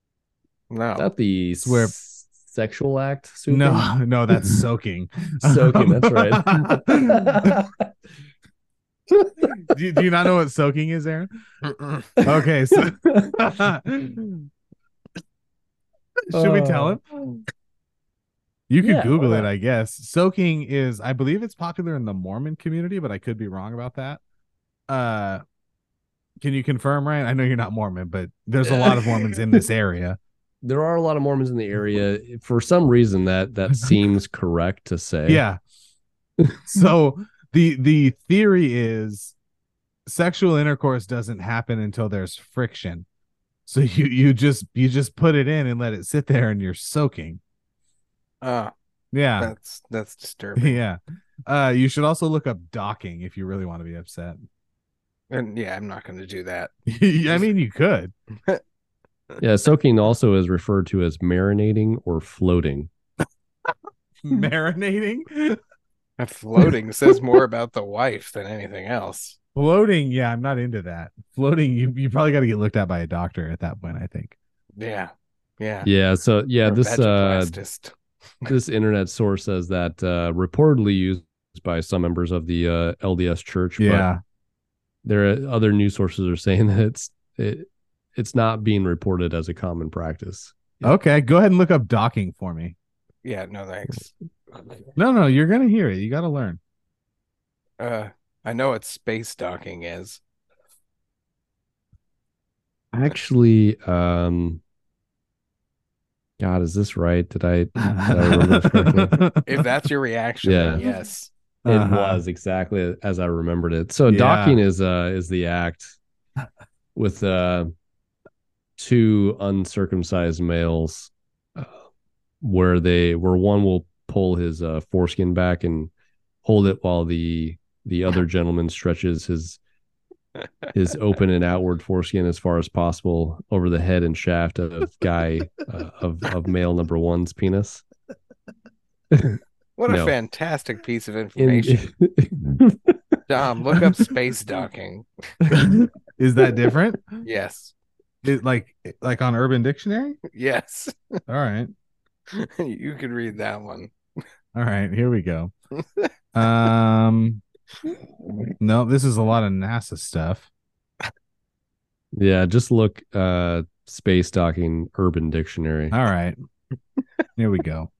no. Is that the It's where- s- sexual act? Soup No, no, that's soaking. Soaking, that's Um, right. do, do you not know what soaking is, Aaron? Okay, so should we tell him? You can Uh, yeah, Google why it, not? I guess. Soaking is, I believe it's popular in the Mormon community, but I could be wrong about that. Uh, can you confirm, Ryan? I know you're not Mormon, but there's a lot of Mormons in this area. There are a lot of Mormons in the area. For some reason, that that seems correct to say. Yeah. So the the theory is sexual intercourse doesn't happen until there's friction. So you you just you just put it in and let it sit there and you're soaking. Ah, Yeah. that's that's disturbing. Yeah. Uh you should also look up docking if you really want to be upset. And yeah, I'm not gonna do that. I mean you could. Yeah. Soaking also is referred to as marinating or floating. Marinating? And Floating says more about the wife than anything else. Floating, yeah, I'm not into that. Floating, you you probably gotta get looked at by a doctor at that point, I think. Yeah. Yeah. Yeah. So yeah, Or this uh, vagiplastist. this internet source says that uh, reportedly used by some members of the uh, LDS Church. Yeah. But there are other news sources are saying that it's it, it's not being reported as a common practice. Okay, go ahead and look up docking for me. yeah, no thanks. No, no, you're gonna hear it. You gotta learn. Uh I know what space docking is. Actually, um, God, is this right? Did I? I remember this correctly? If that's your reaction, then Yeah. yes. It Uh-huh. was exactly as I remembered it. So Yeah. docking is uh is the act with uh two uncircumcised males uh, where they where one will pull his uh foreskin back and hold it while the the other gentleman stretches his his open and outward foreskin as far as possible over the head and shaft of guy uh, of of male number one's penis. What a No. fantastic piece of In- information. Dom, look up space docking. Is that different? Yes. It, like like on Urban Dictionary? Yes. All right. you could read that one. All right, here we go. Um no, this is a lot of NASA stuff. Yeah, just look uh space docking urban dictionary. All right. Here we go.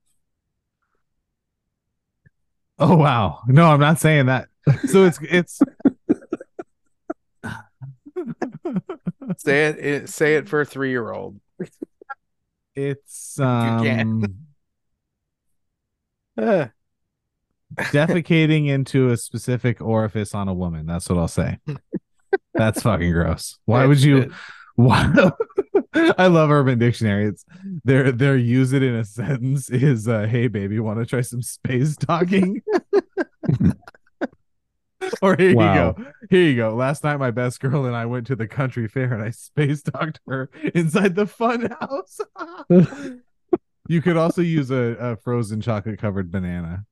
Oh wow. No, I'm not saying that. So it's it's Say it, it say it for a three year old. it's can. um Uh, defecating into a specific orifice on a woman. That's what I'll say. That's fucking gross. Why would you? Wow. I love Urban Dictionary. It's their their use it in a sentence is uh, hey baby, want to try some space talking? or here Wow. you go. Here you go. Last night my best girl and I went to the country fair and I space talked her inside the fun house. you could also use a, a frozen chocolate covered banana.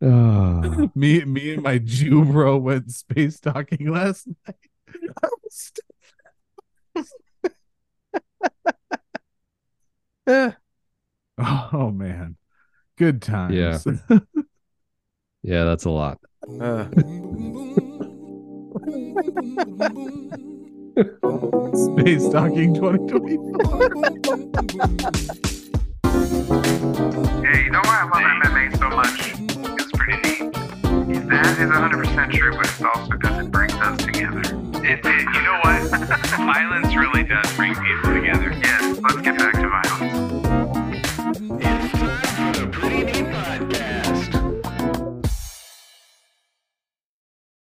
Oh. me me and my Jew bro went space talking last night. I was Eh, Oh man, good times. Yeah. yeah, that's a lot. uh, Space Talking 2020. Hey, you know why I love MMA so much? It's pretty neat. That is 100% true, but it's also because it brings us together. It, it, you know what? Violence really does bring